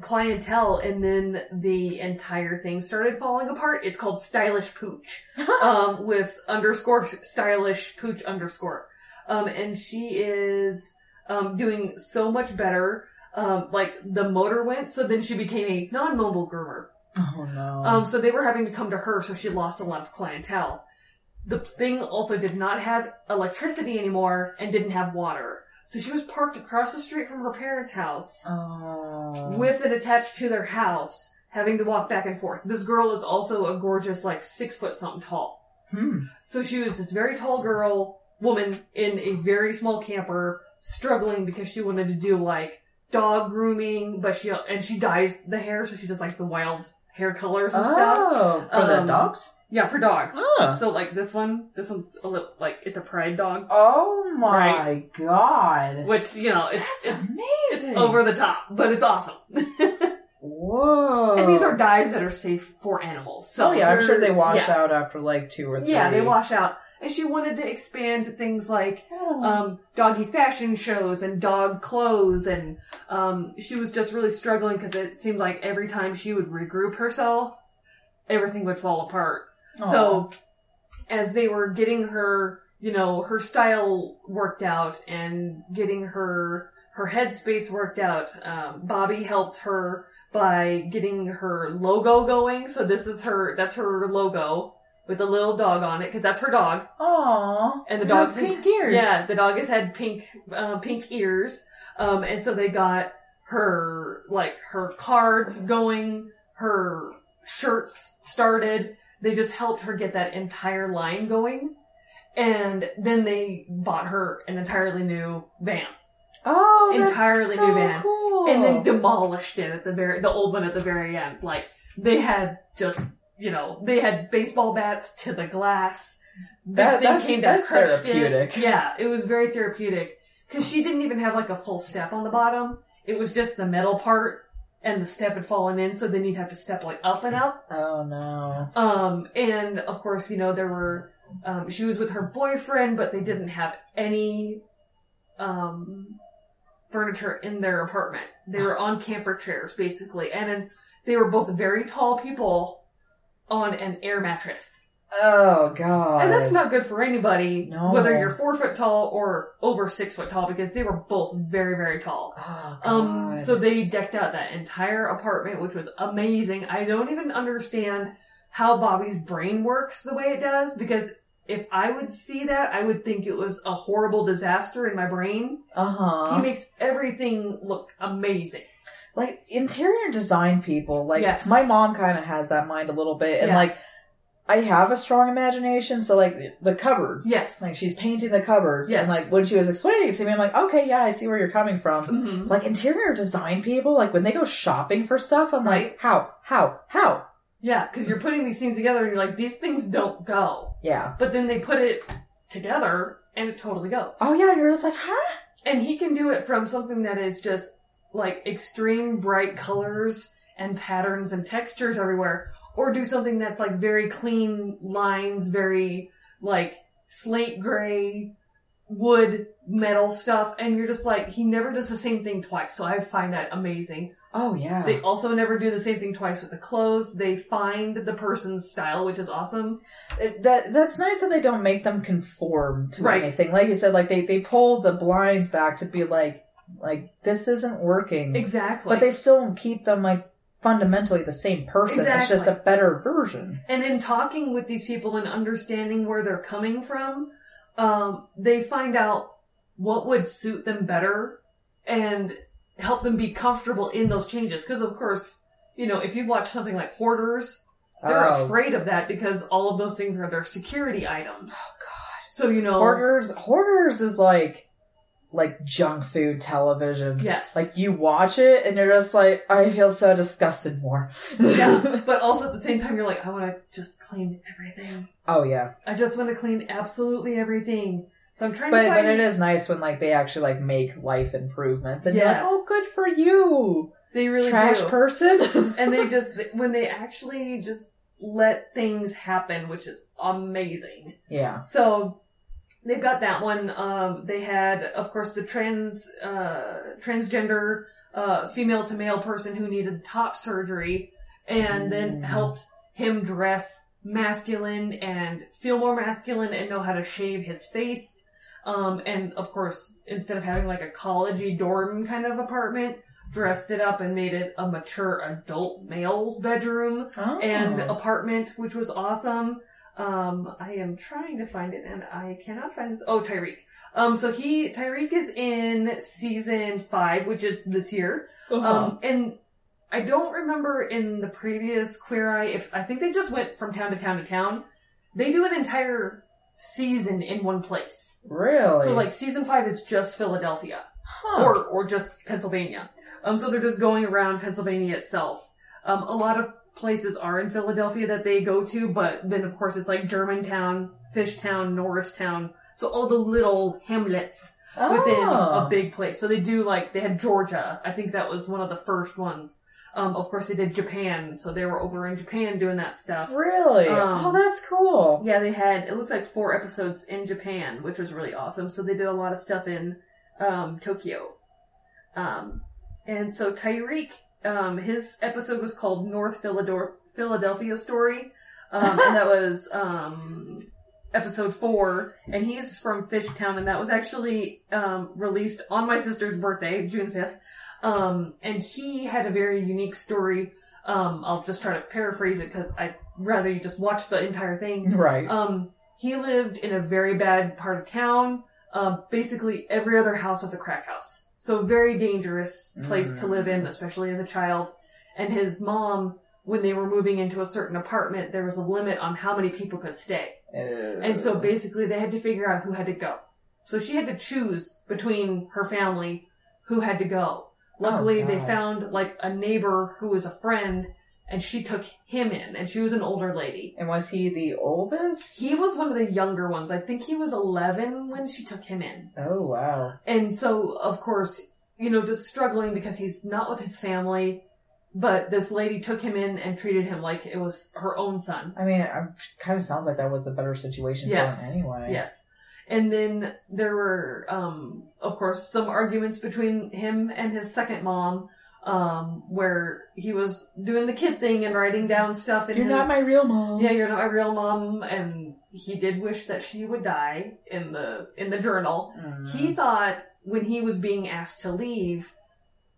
A: clientele. And then the entire thing started falling apart. It's called Stylish Pooch um, with underscore stylish pooch underscore. Um, and she is um, doing so much better. Um, like the motor went, so then she became a non-mobile groomer.
B: oh no.
A: Um, so they were having to come to her, so she lost a lot of clientele. The thing also did not have electricity anymore and didn't have water. So she was parked across the street from her parents' house
B: oh.
A: with it attached to their house, having to walk back and forth. This girl is also a gorgeous, like, six foot something tall.
B: Hmm.
A: So she was this very tall girl, woman in a very small camper, struggling because she wanted to do like dog grooming, but she and she dyes the hair, so she does like the wild hair colors and stuff.
B: Oh, for the
A: Um,
B: dogs.
A: Yeah, for dogs.
B: Oh,
A: So like this one, this one's a little like it's a pride dog,
B: oh my
A: Right.
B: god!
A: which you know
B: That's
A: it's it's, it's
B: amazing.
A: over the top, but it's awesome.
B: Whoa!
A: And these are dyes that are safe for animals. So
B: oh yeah, I'm
A: they're-
B: sure they wash
A: yeah.
B: out after like two or three.
A: Yeah, they wash out. And she wanted to expand to things like
B: Oh.
A: um, doggy fashion shows and dog clothes, and um, she was just really struggling because it seemed like every time she would regroup herself, everything would fall apart. So, as they were getting her, you know, her style worked out and getting her her headspace worked out, um, Bobby helped her by getting her logo going. So this is her that's her logo with the little dog on it because that's her dog.
B: Aww.
A: and the dog's-
B: pink ears.
A: Yeah, the dog has had pink uh, pink ears, um, and so they got her like her cards going, her shirts started. They just helped her get that entire line going, and then they bought her an entirely new van,
B: Oh, that's
A: Entirely
B: so
A: new van.
B: Cool.
A: and then demolished it at the very the old one at the very end. Like they had just you know they had baseball bats to the glass. The
B: That-
A: thing
B: that's-
A: came down,
B: that's
A: crushed it.
B: therapeutic.
A: Yeah, it was very therapeutic because she didn't even have like a full step on the bottom. It was just the metal part and the step had fallen in, so then you'd have to step like up and up.
B: oh no.
A: Um, and of course, you know there were um, she was with her boyfriend, but they didn't have any um, furniture in their apartment. They were on camper chairs basically, and then they were both very tall people on an air mattress.
B: Oh god.
A: And that's not good for anybody,
B: No.
A: whether you're four foot tall or over six foot tall, because they were both very, very tall.
B: Oh,
A: Um,
B: God.
A: so they decked out that entire apartment, which was amazing. I don't even understand how Bobby's brain works the way it does, because if I would see that, I would think it was a horrible disaster in my brain.
B: Uh
A: He
B: huh.
A: makes everything look amazing.
B: Like interior design people. Like
A: Yes.
B: my mom kind of has that mind a little bit, and
A: Yeah.
B: like I have a strong imagination. So like the cupboards.
A: Yes.
B: Like she's painting the cupboards, and
A: Yes.
B: like when she was explaining it to me, I'm like, okay, yeah, I see where you're coming from.
A: Mm-hmm.
B: Like interior design people, like when they go shopping for stuff, I'm like, how, how, how?
A: Yeah, because you're putting these things together and you're like, these things don't go.
B: Yeah.
A: But then they put it together and it totally goes.
B: Oh yeah, you're just like, huh?
A: And he can do it from something that is just like extreme bright colors and patterns and textures everywhere, or do something that's like very clean lines, very like slate gray wood metal stuff and you're just like he never does the same thing twice so i find that amazing
B: Oh yeah.
A: they also never do the same thing twice with the clothes they find the person's style which is awesome
B: It- that that's nice that they don't make them conform to
A: Right.
B: anything. Like you said, like they they pull the blinds back to be like like this isn't working.
A: exactly
B: Hmm. But they still keep them like fundamentally the same person. It's just a
A: Exactly.
B: better version.
A: And in talking with these people and understanding where they're coming from, um, they find out what would suit them better and help them be comfortable in those changes. Because, of course, you know, if you watch something like Hoarders, they're
B: Oh.
A: afraid of that because all of those things are their security items.
B: Oh, God.
A: So, you know,
B: Hoarders hoarders is like like junk food television.
A: yes.
B: Like you watch it and you're just like, I feel so disgusted more.
A: yeah. But also at the same time, you're like, I want to just clean everything.
B: oh yeah.
A: I just want to clean absolutely everything. So I'm trying
B: But
A: to
B: but
A: find
B: it is nice when like they actually like make life improvements and you're like,
A: Yes.
B: oh good for you.
A: they really
B: trash
A: do.
B: person.
A: and they just when they actually just let things happen, which is amazing.
B: yeah.
A: So they've got that one. Um, they had, of course, the trans uh, transgender uh, female to male person who needed top surgery, and then
B: Mm.
A: helped him dress masculine and feel more masculine and know how to shave his face. Um, and of course, instead of having like a collegey dorm kind of apartment, dressed it up and made it a mature adult male's bedroom
B: Oh.
A: and apartment, which was awesome. Um, I am trying to find it and I cannot find this. Oh, Tyreek. Um, so he, Tyreek is in season five, which is this year.
B: Oh,
A: Um, and I don't remember in the previous Queer Eye if, I think they just went from town to town to town. They do an entire season in one place.
B: really?
A: So like season five is just Philadelphia
B: Huh.
A: or or just Pennsylvania. Um, so they're just going around Pennsylvania itself. Um, a lot of places are in Philadelphia that they go to, but then of course it's like Germantown, Fishtown, Norristown. So all the little hamlets within
B: Oh.
A: a big place. So they do like they had Georgia. I think that was one of the first ones. Um, of course they did Japan, so they were over in Japan doing that stuff.
B: Really?
A: Um,
B: oh, that's cool.
A: Yeah, they had it looks like four episodes in Japan, which was really awesome. So they did a lot of stuff in um, Tokyo, um, and so Tyreek, um, his episode was called North Philador- Philadelphia Story, um, and that was um, episode four. And he's from Fishtown, and that was actually um, released on my sister's birthday, June fifth. Um, and he had a very unique story. Um, I'll just try to paraphrase it because I'd rather you just watch the entire thing.
B: Right.
A: Um, he lived in a very bad part of town. Um, basically, every other house was a crack house, so a very dangerous place to live in, especially as a child. And his mom, when they were moving into a certain apartment, there was a limit on how many people could stay, and
B: Uh.
A: so basically they had to figure out who had to go. So she had to choose between her family who had to go. Luckily, they
B: God.
A: found like a neighbor who was a friend, and she took him in, and she was an older lady.
B: and was he the oldest?
A: He was one of the younger ones. I think he was 11 when she took him in.
B: Oh wow.
A: And so, of course, you know, just struggling because he's not with his family, but this lady took him in and treated him like it was her own son.
B: I mean, it kind of sounds like that was the better situation
A: Yes.
B: for him anyway.
A: Yes. And then there were, um, of course, some arguments between him and his second mom, um, where he was doing the kid thing and writing down stuff in
B: You're
A: his.
B: not my real mom.
A: Yeah, you're not my real mom, and he did wish that she would die in the in the journal.
B: Mm.
A: He thought when he was being asked to leave,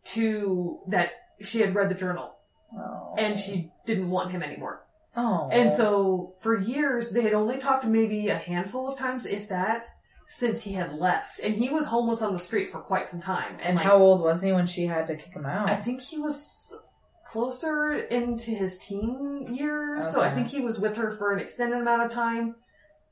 A: to that she had read the journal
B: Oh.
A: and she didn't want him anymore.
B: Oh.
A: And so for years, they had only talked maybe a handful of times, if that, since he had left. And he was homeless on the street for quite some time.
B: And
A: like,
B: how old was he when she had to kick him
A: I
B: out?
A: think he was closer into his teen years, so I
B: Okay.
A: think he was with her for an extended amount of time.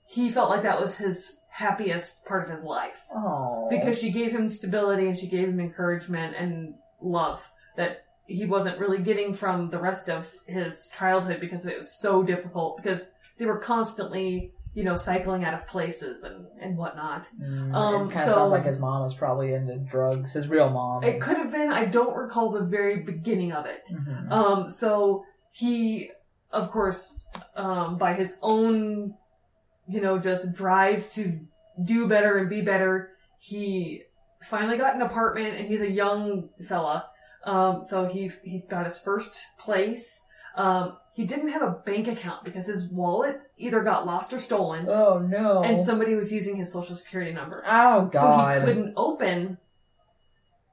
A: He felt like that was his happiest part of his life
B: Oh.
A: because she gave him stability and she gave him encouragement and love that he wasn't really getting from the rest of his childhood because it was so difficult because they were constantly you know cycling out of places and and whatnot
B: Mm,
A: um,
B: it kind of
A: so-
B: sounds like his mom is probably into drugs. His real mom.
A: it could have been i don't recall the very beginning of it
B: Mhm.
A: Um, so he, of course, um, by his own, you know, just drive to do better and be better, he finally got an apartment, and he's a young fella. Um, so he he got his first place. Um, he didn't have a bank account because his wallet either got lost or stolen,
B: Oh no.
A: and somebody was using his social security number.
B: oh
A: So he
B: god.
A: couldn't open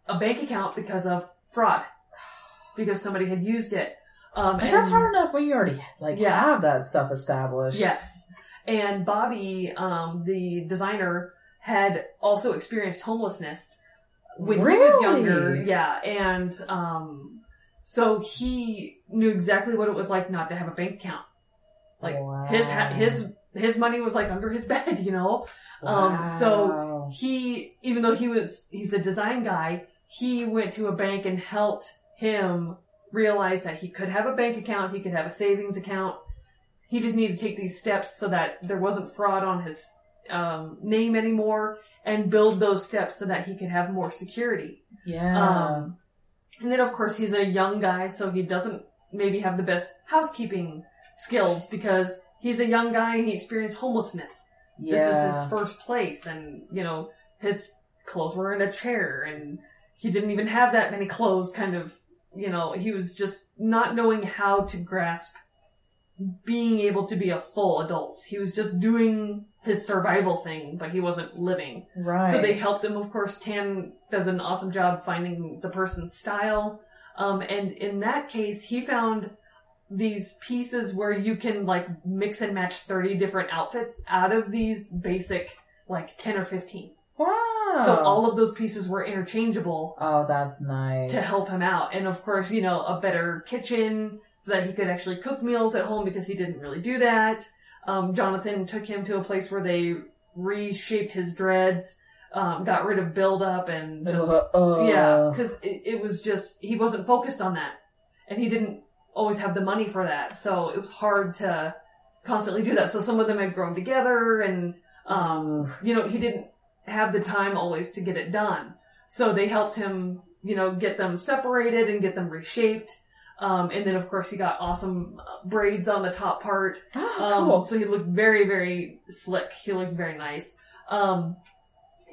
A: a bank account because of fraud, because somebody had used it. Um,
B: But
A: and
B: that's hard enough when you already like
A: Yeah.
B: have that stuff established.
A: Yes, and Bobby, um, the designer, had also experienced homelessness when he was
B: Really?
A: younger. Yeah, and um, so he knew exactly what it was like not to have a bank account. Like
B: Wow.
A: His ha- his his money was like under his bed, you know. um, so-
B: Wow.
A: he even though he was he's a design guy he went to a bank and helped him realize that he could have a bank account he could have a savings account he just needed to take these steps so that there wasn't fraud on his um, name anymore and build those steps so that he could have more security
B: yeah.
A: um, and then of course he's a young guy so he doesn't maybe have the best housekeeping skills because he's a young guy and he experienced homelessness
B: yeah.
A: this is his first place and you know his clothes were in a chair and he didn't even have that many clothes kind of you know he was just not knowing how to grasp being able to be a full adult he was just doing his survival thing but he wasn't living
B: right.
A: so they helped him of course tan does an awesome job finding the person's style um, and in that case he found these pieces where you can like mix and match 30 different outfits out of these basic like 10 or 15
B: wow.
A: so all of those pieces were interchangeable
B: Oh, that's nice.
A: to help him out and of course you know a better kitchen so that he could actually cook meals at home because he didn't really do that um, jonathan took him to a place where they reshaped his dreads um, got rid of buildup and just
B: Uh,
A: yeah, because it, it was just he wasn't focused on that, and he didn't always have the money for that, so it was hard to constantly do that. So some of them had grown together, and um, you know he didn't have the time always to get it done. So they helped him, you know, get them separated and get them reshaped. Um, and then of course he got awesome uh, braids on the top part.
B: Oh,
A: Um,
B: cool.
A: So he looked very, very slick. He looked very nice. Um,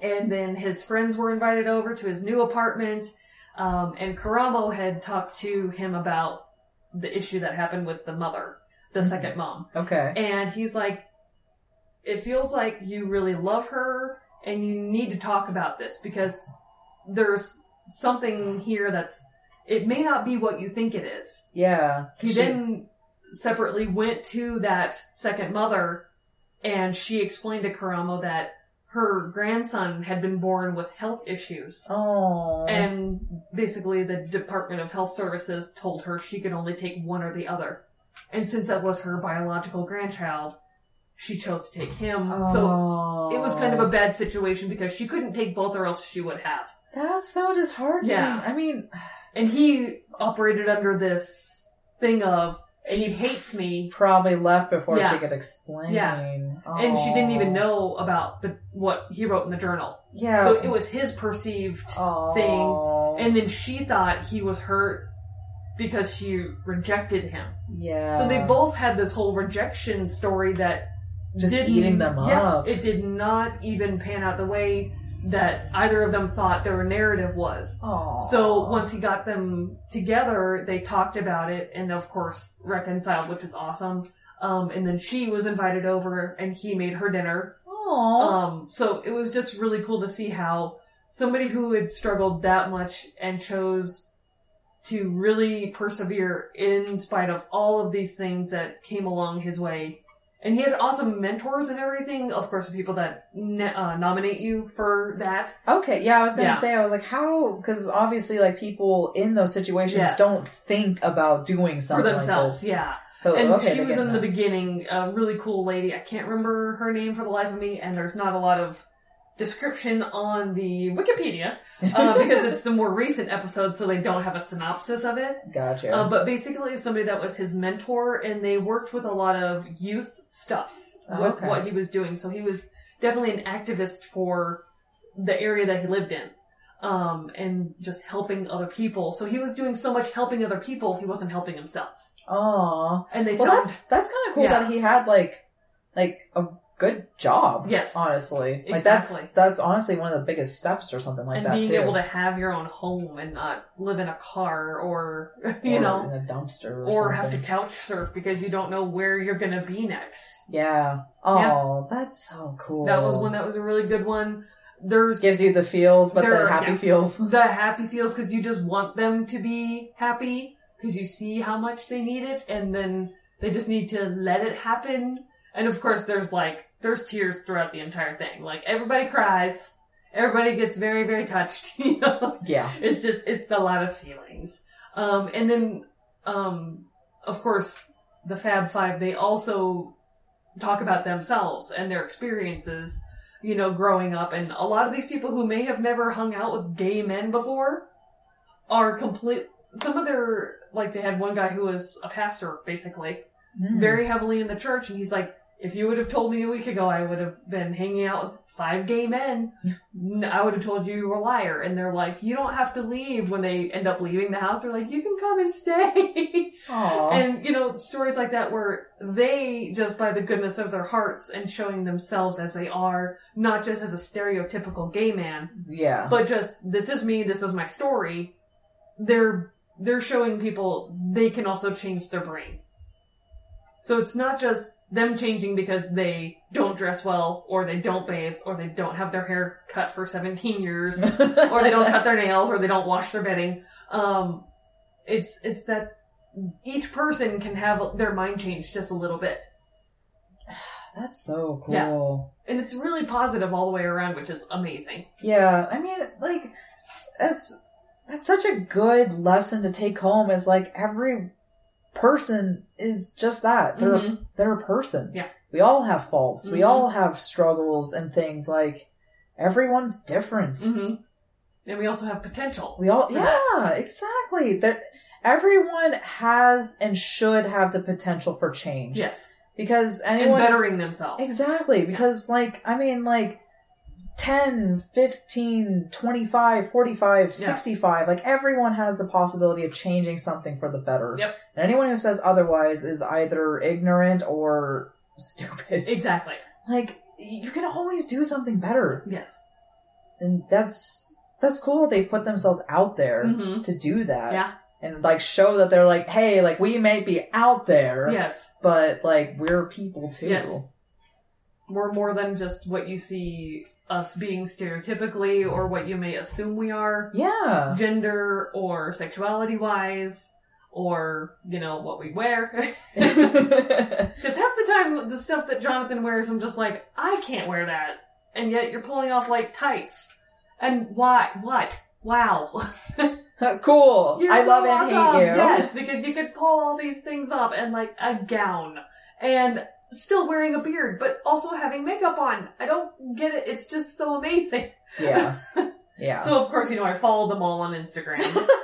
A: and then his friends were invited over to his new apartment. Um, and Karamo had talked to him about the issue that happened with the mother, the
B: Mhm.
A: second mom.
B: Okay.
A: And he's like, it feels like you really love her and you need to talk about this because there's something here that's, it may not be what you think it is.
B: Yeah.
A: He
B: She-
A: then separately went to that second mother, and she explained to Karamo that her grandson had been born with health issues.
B: Oh.
A: And basically, the Department of Health Services told her she could only take one or the other. And since that was her biological grandchild, she chose to take him. So
B: oh.
A: it was kind of a bad situation because she couldn't take both, or else she would have.
B: That's so disheartening.
A: Yeah.
B: I mean,
A: And he operated under this thing of,
B: And
A: she
B: you-
A: hates me,
B: probably left before
A: Yeah.
B: she could explain.
A: and she didn't even
B: Aw.
A: know about the what he wrote in the journal.
B: Yeah.
A: So it was his perceived,
B: Aw.
A: and then she thought he was hurt because she rejected him.
B: yeah.
A: So they both had this whole rejection story that
B: just
A: didn't-
B: eating them
A: yeah,
B: up.
A: It did not even pan out the way that either of them thought their narrative was.
B: Aw.
A: So once he got them together, they talked about it and of course reconciled, which was awesome. Um, and then she was invited over and he made her dinner
B: Aw.
A: um, so it was just really cool to see how somebody who had struggled that much and chose to really persevere in spite of all of these things that came along his way. And he had awesome mentors and everything. Of course, the people that ne- uh, nominate you for that.
B: Okay, yeah, I was gonna
A: Yeah.
B: say, I was like, how? Because obviously, like people in those situations
A: Yes.
B: don't think about doing
A: For
B: something
A: themselves,
B: Like this.
A: yeah.
B: So
A: and
B: okay,
A: she
B: they
A: was
B: get
A: in the
B: that.
A: beginning a really cool lady. I can't remember her name for the life of me, and there's not a lot of description on the Wikipedia uh, because it's the more recent episode, so they don't have a synopsis of it.
B: gotcha.
A: Uh, but basically, it was somebody that was his mentor, and they worked with a lot of youth stuff
B: Oh,
A: with
B: okay.
A: what he was doing. So he was definitely an activist for the area that he lived in, um, and just helping other people. So he was doing so much helping other people, he wasn't helping himself.
B: Aw.
A: And they
B: Well,
A: found
B: that's that's kind of cool
A: Yeah.
B: that he had like like a good job.
A: Yes.
B: honestly, like that's
A: Exactly.
B: that's honestly one of the biggest steps or something like
A: and
B: that
A: being
B: too.
A: able to have your own home and not live in a car or you
B: Or
A: know
B: in a dumpster or,
A: or have to
B: something.
A: couch surf because you don't know where you're gonna be next.
B: Yeah. Oh, that's so cool.
A: That was one that was a really good one. There's
B: gives you the feels, but
A: There-
B: the happy
A: yeah.
B: feels.
A: the happy feels because you just want them to be happy because you see how much they need it and then they just need to let it happen. And of course, there's like, there's tears throughout the entire thing. Like everybody cries. Everybody gets very, very touched. You know,
B: Yeah.
A: it's just, it's a lot of feelings. Um, and then, um, of course, the Fab Five, they also talk about themselves and their experiences, you know, growing up. And a lot of these people who may have never hung out with gay men before are complete. Some of their, like, they had one guy who was a pastor, basically,
B: Mm.
A: very heavily in the church, and he's like, if you would have told me a week ago I would have been hanging out with five gay men, n- I would have told you you were a liar. And they're like, you don't have to leave when they end up leaving the house. They're like, you can come and stay.
B: Mm. Aw.
A: And you know, stories like that where they just by the goodness of their hearts and showing themselves as they are, not just as a stereotypical gay man,
B: yeah.
A: but just this is me, this is my story. They're they're showing people they can also change their brain. So it's not just them changing because they don't dress well or they don't bathe or they don't have their hair cut for 17 years or they don't cut their nails or they don't wash their bedding. Um, it's it's that each person can have their mind changed just a little bit,
B: That's so
A: Yeah.
B: cool.
A: and it's really positive all the way around, which is amazing.
B: Yeah. I mean, like, that's that's such a good lesson to take home. Is like every person is just that. They're
A: Mhm.
B: they're a person.
A: Yeah.
B: We all have faults. We
A: Mhm.
B: all have struggles and things. Like everyone's different.
A: Mhm. And we also have potential.
B: We all,
A: for
B: yeah, exactly. There, everyone has and should have the potential for change.
A: Yes,
B: Because
A: and
B: anyone,
A: bettering themselves.
B: exactly. Because like, I mean, like 10, 15, 25, 45, 65, like everyone has the possibility of changing something for the better.
A: Yep.
B: And anyone who says otherwise is either ignorant or stupid.
A: Exactly.
B: like, you can always do something better.
A: Yes.
B: And that's, that's cool. They put themselves out there
A: hmm
B: to do that.
A: Yeah.
B: And like show that they're like, hey, like we may be out there,
A: Yes.
B: but like we're people too.
A: Yes. We're more than just what you see us being stereotypically or what you may assume we are.
B: Yeah.
A: gender or sexuality wise or you know what we wear because half the time the stuff that jonathan wears i'm just like i can't wear that and yet you're pulling off like tights and why what wow
B: cool.
A: You're
B: I
A: so
B: love and
A: awesome.
B: hate you.
A: yes because you could pull all these things up and like a gown and still wearing a beard but also having makeup on i don't get it it's just so amazing
B: Yeah. Yeah.
A: so of course, you know, I follow them all on Instagram.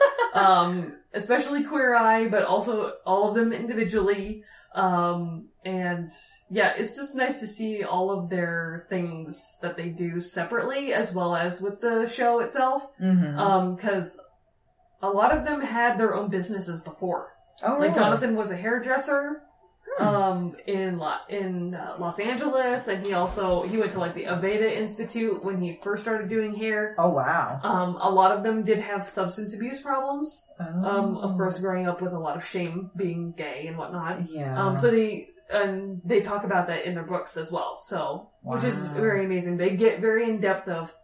A: um, especially Queer Eye, but also all of them individually. Um, and yeah, it's just nice to see all of their things that they do separately as well as with the show itself.
B: Mhm.
A: Um, cause a lot of them had their own businesses before.
B: oh,
A: Like
B: really?
A: Jonathan was a hairdresser.
B: Hmm.
A: Um, in La- in uh, Los Angeles, and he also he went to like the Aveda Institute when he first started doing hair.
B: Oh wow.
A: Um, a lot of them did have substance abuse problems. Um,
B: Oh.
A: of course, growing up with a lot of shame, being gay and whatnot.
B: Yeah.
A: Um, so they and they talk about that in their books as well. So, which is
B: Wow.
A: very amazing. They get very in depth of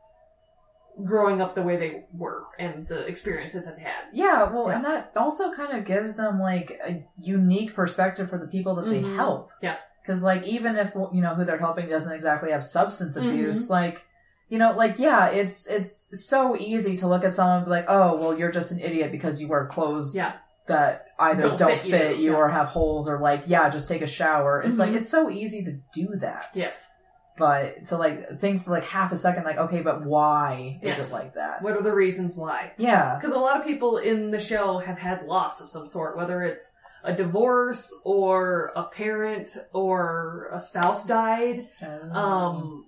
A: growing up the way they were and the experiences that they had.
B: Yeah, well,
A: Yeah.
B: and that also kind of gives them like a unique perspective for the people that they
A: Mhm.
B: help.
A: Yes.
B: Because like even if you know who they're helping doesn't exactly have substance
A: Mhm.
B: abuse, like you know, like yeah, it's it's so easy to look at someone and be like, oh, well, you're just an idiot because you wear clothes
A: Yeah.
B: that either don't,
A: Don't
B: fit
A: fit
B: you,
A: you, yeah.
B: or have holes or like yeah, just take a shower. It's
A: Mhm.
B: like it's so easy to do that.
A: Yes.
B: But to like think for like half a second, like okay, but why is
A: Yes.
B: it like that?
A: What are the reasons why?
B: Yeah.
A: Because a lot of people in the show have had loss of some sort, whether it's a divorce or a parent or a spouse died,
B: Mm-hmm.
A: um,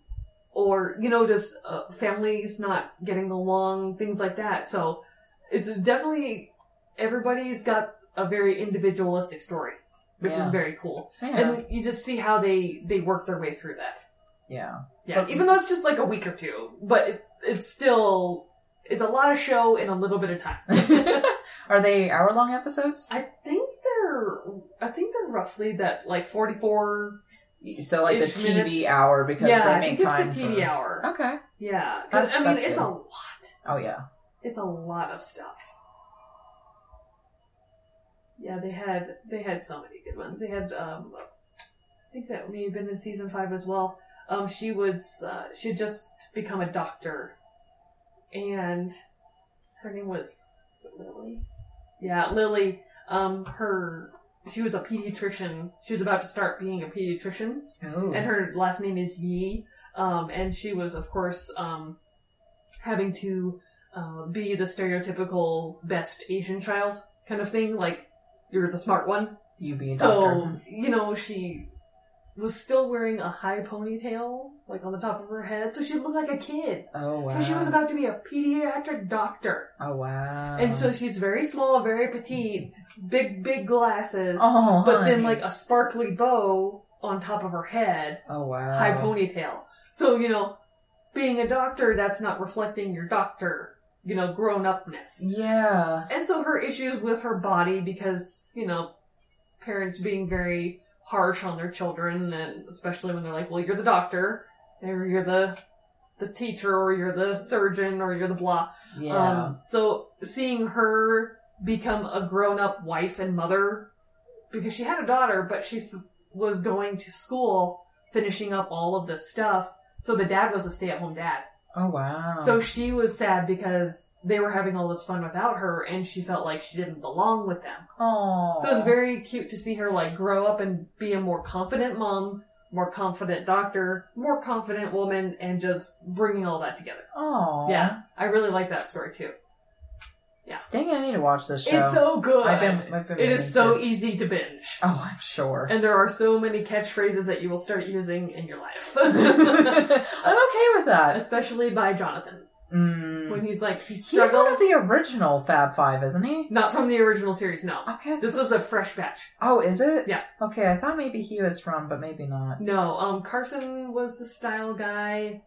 A: or you know, just uh, families not getting along, things like that. So it's definitely everybody's got a very individualistic story, which
B: Yeah.
A: is very cool,
B: Yeah.
A: and you just see how they they work their way through that.
B: yeah.
A: Yeah,
B: But-
A: even though it's just like a week or two, but it, it's still it's a lot of show in a little bit of time.
B: Are they hour long episodes?
A: I think they're I think they're roughly that like forty four.
B: So like the
A: Ish
B: TV
A: minutes.
B: hour because
A: yeah,
B: they
A: I
B: make
A: think
B: time.
A: it's a TV
B: for-
A: hour.
B: Okay.
A: Yeah, 'Cause,
B: That's-
A: I mean
B: that's
A: it's
B: good.
A: a lot.
B: Oh yeah.
A: It's a lot of stuff. Yeah, they had they had so many good ones. They had um, I think that may have been in season five as well. Um, she was uh, she had just become a doctor, and her name was is it Lily? Yeah, Lily. Um, her she was a pediatrician. She was about to start being a pediatrician,
B: Ooh.
A: and her last name is Yi. Um, and she was, of course, um, having to uh, be the stereotypical best Asian child kind of thing. Like, you're the smart one.
B: you be a
A: So,
B: doctor.
A: you know, she was still wearing a high ponytail, like on the top of her head. So she looked like a kid.
B: Oh wow.
A: Because she was about to be a pediatric doctor.
B: oh wow.
A: And so she's very small, very petite, big, big glasses.
B: Oh.
A: But then,
B: honey.
A: like, a sparkly bow on top of her head
B: Oh wow.
A: high ponytail. So, you know, being a doctor, that's not reflecting your doctor, you know, grown upness.
B: Yeah.
A: And so her issues with her body because, you know, parents being very harsh on their children and especially when they're like, Well, you're the doctor or you're the the teacher or you're the surgeon or you're the blah.
B: Yeah.
A: Um so seeing her become a grown up wife and mother because she had a daughter, but she f- was going to school, finishing up all of this stuff. So the dad was a stay at home dad.
B: oh wow.
A: So she was sad because they were having all this fun without her, and she felt like she didn't belong with them.
B: Oh.
A: So it's very cute to see her like grow up and be a more confident mom, more confident doctor, more confident woman, and just bringing all that together.
B: Oh.
A: Yeah, I really like that story too.
B: Dang it! I need to watch this show.
A: It's so good.
B: I've been. I've been
A: it
B: meaning
A: is so e-
B: to.
A: easy to binge.
B: Oh, I'm sure.
A: And there are so many catchphrases that you will start using in your life.
B: I'm okay with that.
A: Especially by Jonathan.
B: Mm.
A: When he's like, he
B: He's one of
A: struggles.
B: the original Fab Five, isn't he?
A: Not from the original series, no.
B: Okay.
A: This was a fresh batch.
B: Oh, is it?
A: Yeah.
B: Okay, I thought maybe he was from, but maybe not.
A: No, um, Carson was the style guy.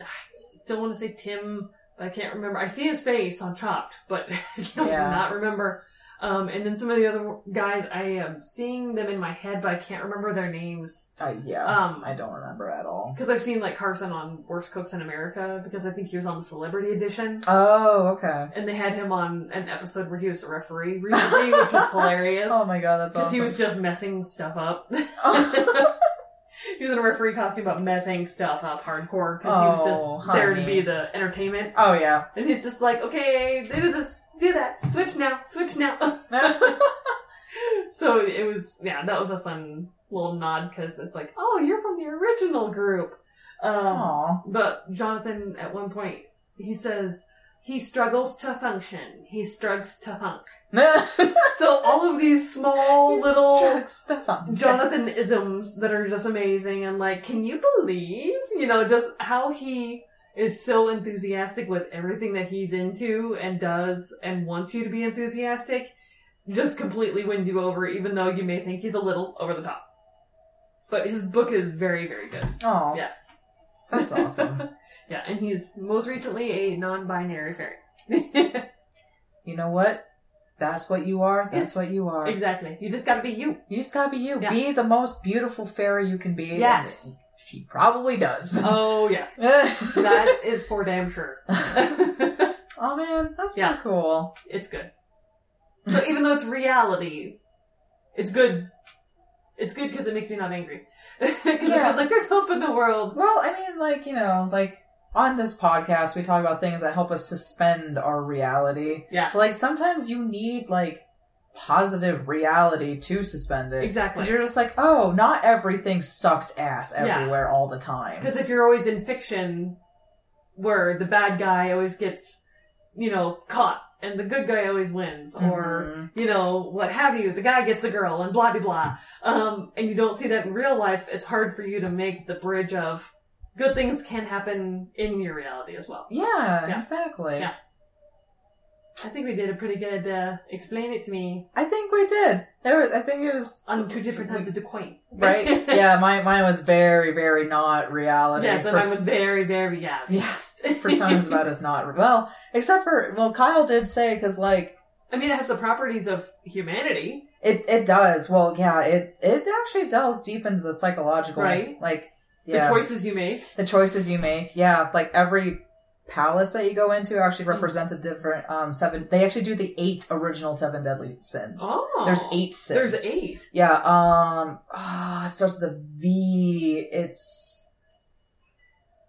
A: Ah, I still want to say Tim, but I can't remember. I see his face on Chopped, but I can't
B: Yeah.
A: not remember. Um, and then some of the other guys, I am seeing them in my head, but I can't remember their names.
B: Uh, yeah.
A: Um,
B: I don't remember at all.
A: Because I've seen like Carson on Worst Cooks in America because I think he was on the Celebrity Edition,
B: Oh, okay.
A: and they had him on an episode where he was a referee recently, which was hilarious
B: Oh my god, that's
A: because
B: awesome.
A: he was just messing stuff up.
B: Oh.
A: he was in a referee costume, but messing stuff up hardcore because he was
B: Oh,
A: just there to be
B: honey.
A: the entertainment,
B: oh yeah.
A: and he's just like, okay, do this, do that, switch now, switch now. so it was, yeah, that was a fun little nod because it's like, oh, you're from the original group. Um,
B: Aw.
A: but Jonathan, at one point, he says he struggles to function. He struggles to funk. So all of these small little
B: stuff up.
A: Jonathan isms that are just amazing, and like, can you believe? You know, just how he is so enthusiastic with everything that he's into and does, and wants you to be enthusiastic. Just completely wins you over, even though you may think he's a little over the top. But his book is very, very good.
B: Oh,
A: Yes.
B: that's awesome.
A: Yeah, and he's most recently a non-binary fairy.
B: You know what? That's what you are. That's
A: Yes.
B: what you are.
A: exactly. You just gotta be you.
B: You just gotta be you.
A: Yeah.
B: Be the most beautiful fairy you can be.
A: Yes.
B: he probably does.
A: Oh yes, that is for damn sure.
B: oh man, that's
A: Yeah.
B: so cool.
A: It's good. So even though it's reality, it's good. It's good because it makes me not angry. Because it
B: Yeah.
A: feels like there's hope in the world.
B: Well, I mean, like, you know, like on this podcast, we talk about things that help us suspend our reality.
A: Yeah.
B: But, Like, sometimes you need, like, positive reality to suspend it.
A: Exactly.
B: 'Cause you're just like, oh, not everything sucks ass
A: Yeah.
B: everywhere all the time.
A: Because if you're always in fiction, where the bad guy always gets, you know, caught, and the good guy always wins, or
B: Mhm.
A: you know, what have you, the guy gets a girl, and blah blah blah, um, and you don't see that in real life, it's hard for you to make the bridge of good things can happen in your reality as well.
B: Yeah,
A: Yeah.
B: exactly.
A: Yeah. I think we did a pretty good uh, explain it to me
B: I think we did. It was, I think it was
A: on two different sides of the coin.
B: right. yeah, mine mine was very very not reality.
A: yes, and
B: Pers-
A: I was very, very yeah.
B: Yes, personas about is not well, except for well, Kyle did say because like
A: I mean, it has the properties of humanity.
B: it it does well. Yeah, it it actually delves deep into the psychological,
A: Right.
B: Like yeah,
A: The choices you make.
B: the choices you make. Yeah, like every palace that you go into actually
A: Hmm.
B: represents a different um seven. They actually do the eight original seven deadly sins.
A: Oh,
B: There's eight sins.
A: There's eight.
B: Yeah, um ah, it starts with a V. It's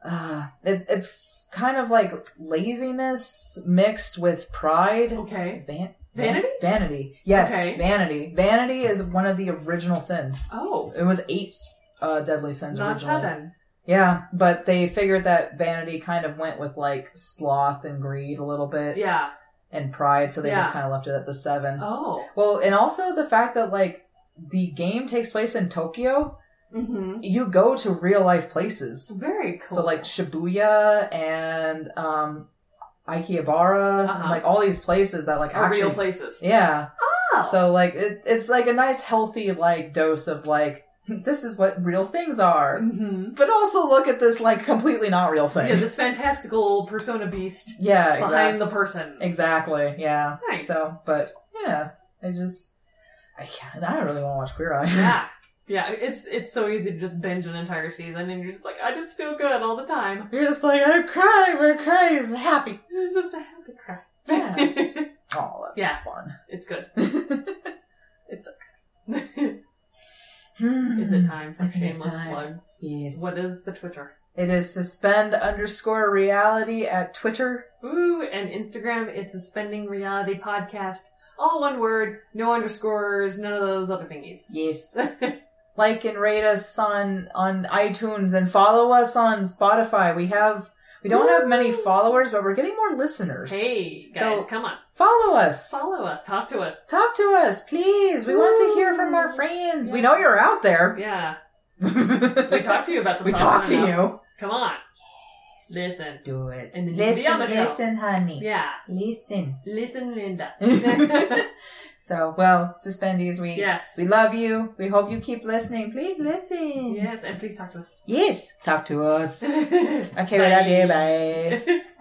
B: uh it's it's kind of like laziness mixed with pride.
A: Okay.
B: Van-
A: Vanity?
B: Vanity. Yes,
A: Okay.
B: vanity. Vanity is one of the original sins.
A: Oh,
B: It was eight uh deadly sins
A: not
B: originally.
A: seven.
B: Yeah, but they figured that vanity kind of went with like sloth and greed a little bit
A: Yeah.
B: and pride, so they
A: Yeah.
B: just kind of left it at the 7.
A: Oh.
B: Well, and also the fact that like the game takes place in Tokyo,
A: Mm-hmm.
B: you go to real life places.
A: Very cool.
B: So like Shibuya and um Akihabara
A: Uh-huh.
B: and like all these places that like
A: Are
B: actually
A: real places.
B: Yeah.
A: Oh.
B: So like it, it's like a nice healthy like dose of like this is what real things are.
A: Mm-hmm.
B: But also look at this like completely not real thing.
A: Yeah, this fantastical persona beast
B: yeah, exactly.
A: behind the person.
B: Exactly. Yeah.
A: Nice.
B: So, but yeah, I just I can't, I don't really want to watch Queer Eye.
A: Yeah. Yeah, it's it's so easy to just binge an entire season, and you're just like, I just feel good all the time.
B: You're just like, I'm crying, we're crying, it's happy.
A: It's it's a happy cry.
B: Yeah. Oh, that's
A: Yeah.
B: fun.
A: it's good. It's okay.
B: Hmm.
A: is it time for
B: I think it's
A: shameless
B: time.
A: plugs?
B: Yes.
A: What is the Twitter?
B: It is suspend underscore reality at Twitter.
A: Ooh, and Instagram is suspending reality podcast. All one word, no underscores, none of those other thingies.
B: Yes. like and rate us on on iTunes and follow us on Spotify. We have we don't have many
A: Woo!
B: followers, but we're getting more listeners.
A: Hey guys,
B: So-
A: come on,
B: Follow us.
A: follow us, talk to us.
B: Talk to us, please. We want to hear from our
A: Ooh.
B: friends. We
A: Yeah.
B: know you're out there.
A: Yeah, we
B: we
A: talked to you about this.
B: We
A: all
B: talk to
A: enough.
B: you.
A: Come on, listen.
B: Do it.
A: And then you be on the show.
B: honey.
A: Yeah,
B: Listen.
A: listen, Linda.
B: so, well, suspendees, we
A: yes.
B: we love you. We hope you keep listening. Please listen.
A: Yes, and please talk to us.
B: Yes. Talk to us. Okay, we
A: Bye.
B: love you. Bye.